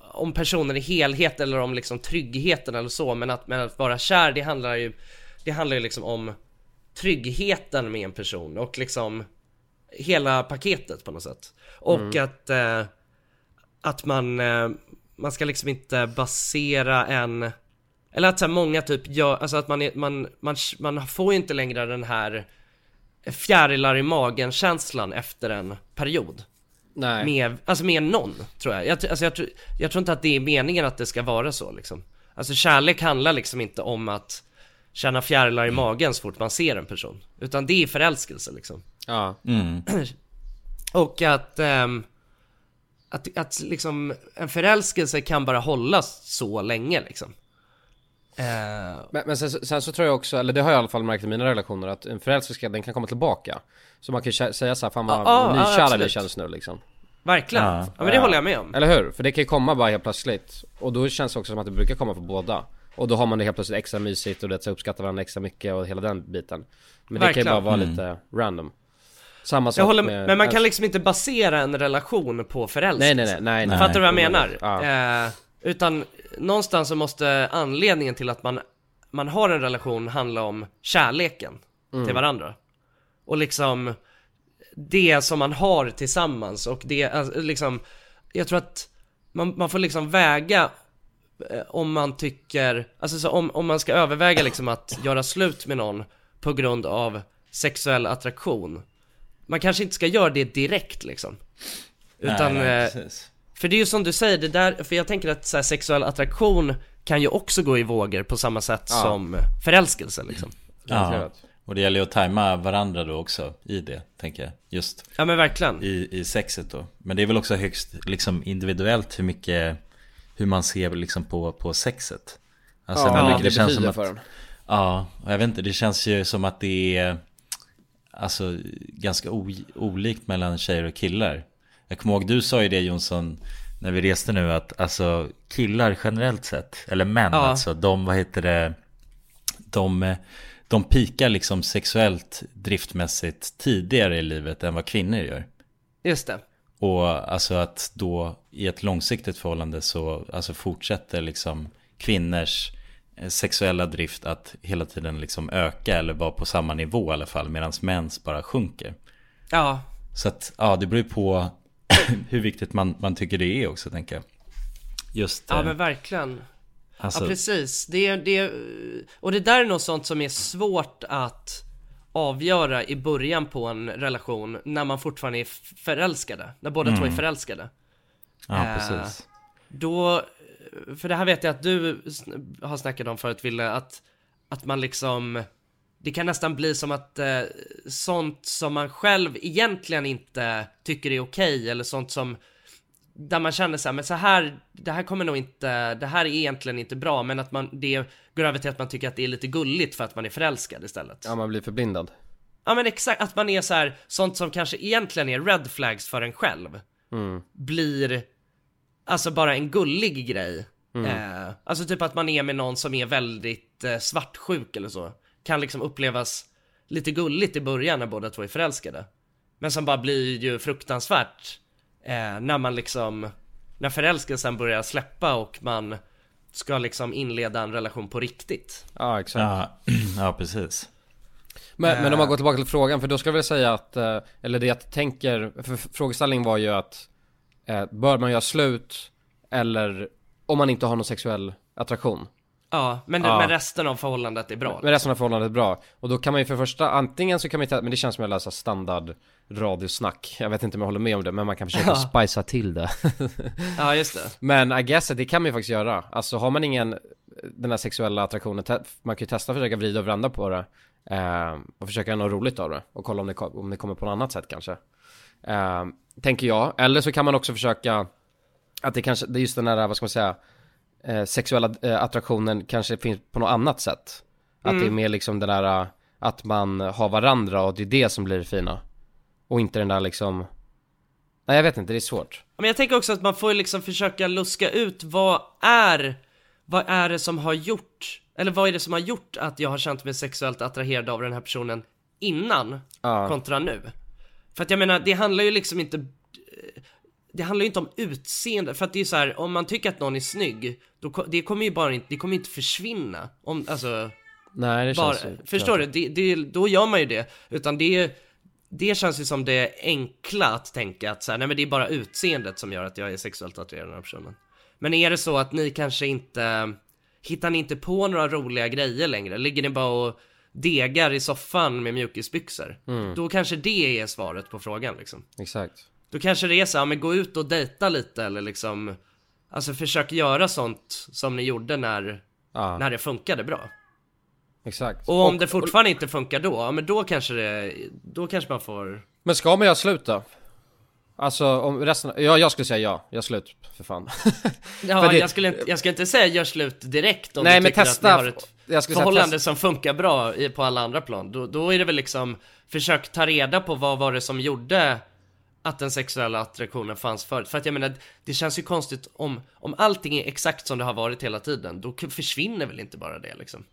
B: om personen i helhet eller om liksom tryggheten eller så men att, men att vara kär det handlar ju, det handlar ju liksom om tryggheten med en person och liksom hela paketet på något sätt. Och
H: Mm.
B: att, eh, att man, eh, man ska liksom inte basera en eller att så här, många typ gör, alltså att man, är, man, man, man får ju inte längre den här fjärilar i magen känslan efter en period.
A: Nej.
B: Med, alltså med någon, tror jag. Jag, tr- alltså jag, tr- jag tror inte att det är meningen att det ska vara så liksom. Alltså kärlek handlar liksom inte om att känna fjärilar i magen så fort man ser en person. Utan det är förälskelse liksom.
A: Ja.
C: Mm.
B: Och att, ehm, att, att liksom en förälskelse kan bara hållas så länge liksom.
A: Men, men sen, sen så tror jag också, eller det har jag i alla fall märkt i mina relationer att en förälskelse den kan komma tillbaka Så man kan ju kä- säga såhär, fan vad
B: Ah, Ja, ja,
A: nykära vi
B: absolut.
A: känns nu liksom
B: Verkligen. Ja, men det håller jag med om.
A: Eller hur? För det kan ju komma bara helt plötsligt Och då känns det också som att det brukar komma för båda Och då har man det helt plötsligt extra mysigt och det så uppskattar varandra extra mycket och hela den biten Men det kan
B: Verkligen.
A: ju bara vara
B: Mm.
A: lite random Samma sak
B: Jag håller med,
A: med
B: men man kan liksom inte basera en relation på förälskelse.
A: Nej, nej, nej, nej, nej.
B: Fattar du vad jag
A: Nej.
B: menar?
A: Ja.
B: Eh, utan någonstans så måste anledningen till att man, man har en relation handla om kärleken
A: Mm.
B: till varandra. Och liksom det som man har tillsammans och det, alltså, liksom, jag tror att man, man får liksom väga eh, om man tycker, alltså så om, om man ska överväga liksom att göra slut med någon på grund av sexuell attraktion. Man kanske inte ska göra det direkt liksom.
C: Nej,
B: Utan,
C: nej,
B: eh,
C: precis.
B: för det är ju som du säger, det där, för jag tänker att så här, sexuell attraktion kan ju också gå i vågor på samma sätt
C: Ja.
B: som förälskelse liksom.
C: Ja. Och det gäller ju att tajma varandra då också i det, tänker jag. Just
B: ja, men verkligen.
C: I, i sexet då. Men det är väl också högst liksom, individuellt hur mycket, hur man ser liksom, på, på sexet. Alltså,
A: Ja,
C: jag
A: hur
C: menar,
A: mycket det betyder för en.
C: Ja, och jag vet inte, det känns ju som att det är alltså, ganska o, olikt mellan tjejer och killar. Jag kommer ihåg, du sa ju det Jonsson, när vi reste nu, att alltså, killar generellt sett, eller män
B: Ja.
C: alltså, de, vad heter det, de, de pikar liksom sexuellt driftmässigt tidigare i livet än vad kvinnor gör.
B: Just det.
C: Och alltså att då i ett långsiktigt förhållande så alltså fortsätter liksom kvinnors eh, sexuella drift att hela tiden liksom öka eller vara på samma nivå i alla fall medan mäns bara sjunker.
B: Ja,
C: Så att ja, det beror ju på hur viktigt man, man tycker det är också tänker jag. Just
B: Ja
C: eh,
B: men verkligen.
C: Alltså-
B: ja precis. Det är, det är, och det där är något sånt som är svårt att avgöra i början på en relation när man fortfarande är f- förälskade. När båda två är
C: Mm.
B: förälskade.
C: Ja,
B: Eh,
C: precis.
B: Då, för det här vet jag att du sn- har snackat om förut Wille, att, att man liksom det kan nästan bli som att eh, sånt som man själv egentligen inte tycker är okej eller sånt som där man känner så här, men så här, det här kommer nog inte, det här är egentligen inte bra, men att man, det går över till att man tycker att det är lite gulligt för att man är förälskad istället.
A: Ja man blir förblindad
B: Ja men exakt, att man är så här, sånt som kanske egentligen är red flags för en själv
A: mm.
B: blir alltså bara en gullig grej.
A: Mm.
B: Eh, alltså typ att man är med någon som är väldigt eh, svartsjuk eller så. Kan liksom upplevas lite gulligt i början när båda två är förälskade. Men som bara blir ju fruktansvärt eh, när man liksom, när förälskelsen börjar släppa och man ska liksom inleda en relation på riktigt.
A: Ja exakt
C: Ja, ja precis.
A: Men, men om man går tillbaka till frågan, för då ska jag väl säga att, eh, eller det jag tänker, för f- frågeställningen var ju att eh, Bör man göra slut eller om man inte har någon sexuell attraktion?
B: Ja, men,
A: Ja.
B: men resten av förhållandet är bra.
A: Men resten av förhållandet är bra. Och då kan man ju för det första, antingen så kan man inte, men det känns som att läsa standard radiosnack. Jag vet inte om jag håller med om det, men man kan försöka
B: Ja.
A: spicea till det.
B: Ja, just det.
A: Men I guess it, det kan man ju faktiskt göra. Alltså har man ingen, den här sexuella attraktionen, te- man kan ju testa att försöka vrida och vända på det. Eh, och försöka göra något roligt av det. Och kolla om det, ko- om det kommer på något annat sätt kanske. Eh, tänker jag. Eller så kan man också försöka, att det kanske, det är just den här, vad ska man säga, eh, sexuella eh, attraktionen kanske finns på något annat sätt. Att
B: Mm.
A: det är mer liksom den där, eh, att man har varandra och det är det som blir det fina. Och inte den där liksom, nej jag vet inte, det är svårt.
B: Men jag tänker också att man får ju liksom försöka luska ut vad är, vad är det som har gjort, eller vad är det som har gjort att jag har känt mig sexuellt attraherad av den här personen innan
A: Ja.
B: kontra nu. För att jag menar, det handlar ju liksom inte, det handlar ju inte om utseende, för att det är ju så här, om man tycker att någon är snygg, då, ko- det kommer ju bara inte, det kommer inte försvinna. Om, alltså,
A: Nej det
B: bara,
A: känns ju
B: Förstår du? Det, det, då gör man ju det. Utan det, det känns ju som det enkla att tänka att så här, nej men det är bara utseendet som gör att jag är sexuellt attraherad av den här personen. Men är det så att ni kanske inte, hittar ni inte på några roliga grejer längre? Ligger ni bara och degar i soffan med mjukisbyxor?
A: Mm.
B: Då kanske det är svaret på frågan liksom.
A: Exakt.
B: Då kanske det är så här, men gå ut och dejta lite eller liksom, alltså försök göra sånt som ni gjorde när,
A: Ja.
B: när det funkade bra.
A: Exakt.
B: Och om det fortfarande inte funkar då, ja men då kanske det, då kanske man får
A: Men ska man göra slut då? Alltså om resten, ja jag skulle säga ja, jag slut för fan.
B: Ja,
A: För det-
B: jag, skulle inte, jag skulle inte säga gör slut direkt om
A: Nej,
B: du
A: men
B: tycker
A: testa-
B: att ni har ett
A: jag skulle säga
B: förhållande
A: test-
B: som funkar bra i, på alla andra plan. Då, då är det väl liksom, försök ta reda på vad var det som gjorde att den sexuella attraktionen fanns förut. För att jag menar, det känns ju konstigt om, om allting är exakt som det har varit hela tiden, då k- försvinner väl inte bara det liksom.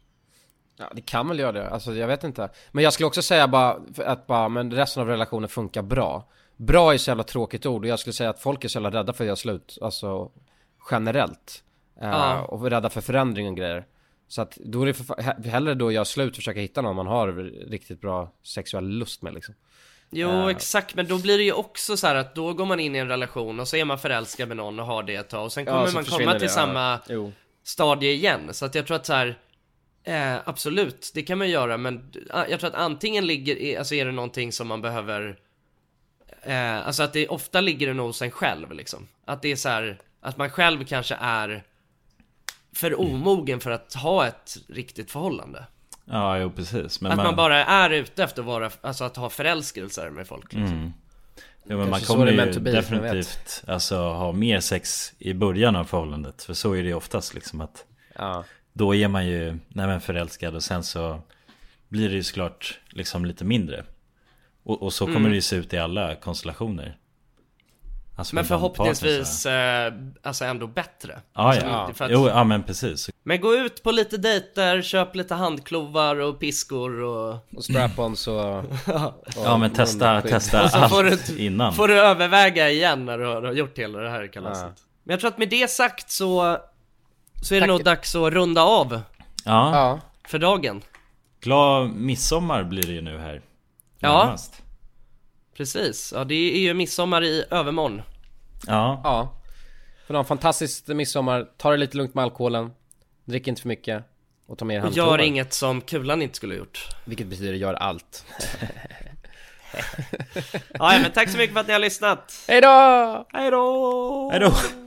A: Ja, det kan väl göra det, alltså jag vet inte. Men jag skulle också säga bara, för att bara, men resten av relationen funkar bra. Bra är så jävla tråkigt ord och jag skulle säga att folk är så jävla rädda för att göra slut, alltså generellt. Eh,
B: Ja.
A: Och rädda för förändring och grejer. Så att då är det för, fa- he- hellre då göra slut, försöka hitta någon man har riktigt bra sexuell lust med liksom.
B: Jo,
A: Eh,
B: exakt, men då blir det ju också så här att då går man in i en relation och så är man förälskad med någon och har det ett tag och sen
A: Ja,
B: kommer
A: så
B: man
A: försvinner
B: komma till
A: det, ja.
B: samma
A: Jo.
B: stadie igen. Så att jag tror att så här, eh, absolut, det kan man göra, men d- a- jag tror att antingen ligger, i- alltså är det någonting som man behöver, eh, alltså att det ofta ligger det nog hos en själv liksom. Att det är så här, att man själv kanske är
A: Mm.
B: för omogen för att ha ett riktigt förhållande.
C: Ja, jo precis. Men
B: att man... bara är ute efter att, vara, alltså att ha förälskelser med folk liksom.
C: Mm. Jo, men man
A: Kanske så
C: kommer
A: är det
C: ju
A: meant to be, vem vet?
C: definitivt alltså, ha mer sex i början av förhållandet. För så är det ju oftast liksom att då är man ju nej, men förälskad och sen så blir det ju såklart liksom lite mindre. Och, och så kommer
B: Mm.
C: det ju se ut i alla konstellationer. Alltså,
B: Men
C: med band- partners,
B: förhoppningsvis eh, alltså ändå bättre.
C: Ja,
B: Alltså,
C: ja.
B: för att-
C: Jo, ja men precis.
B: Men gå ut på lite dejter, köp lite handklovar och piskor och...
A: Och strap-ons och...
C: Ja, men testa- testa
B: Och så
C: allt
B: får du,
C: innan.
B: får du överväga igen när du har har gjort hela det här kalaset.
C: Ja.
B: Men jag tror att med det sagt så... Så är det
A: Tack.
B: nog dags att runda av
C: Ja.
B: för dagen.
C: Glad midsommar blir det ju nu här.
B: Ja.
C: Närmast.
B: Precis, ja det är ju midsommar i övermorgon.
C: Ja.
A: Ja. För en fantastisk midsommar, ta det lite lugnt med alkoholen, drick inte för mycket och ta med er
B: Och
A: handklovar.
B: gör inget som kulan inte skulle ha gjort.
A: Vilket betyder gör allt.
B: ja, ja, men tack så mycket för att ni har lyssnat.
A: Hej då!
B: Hej då!
C: Hej då!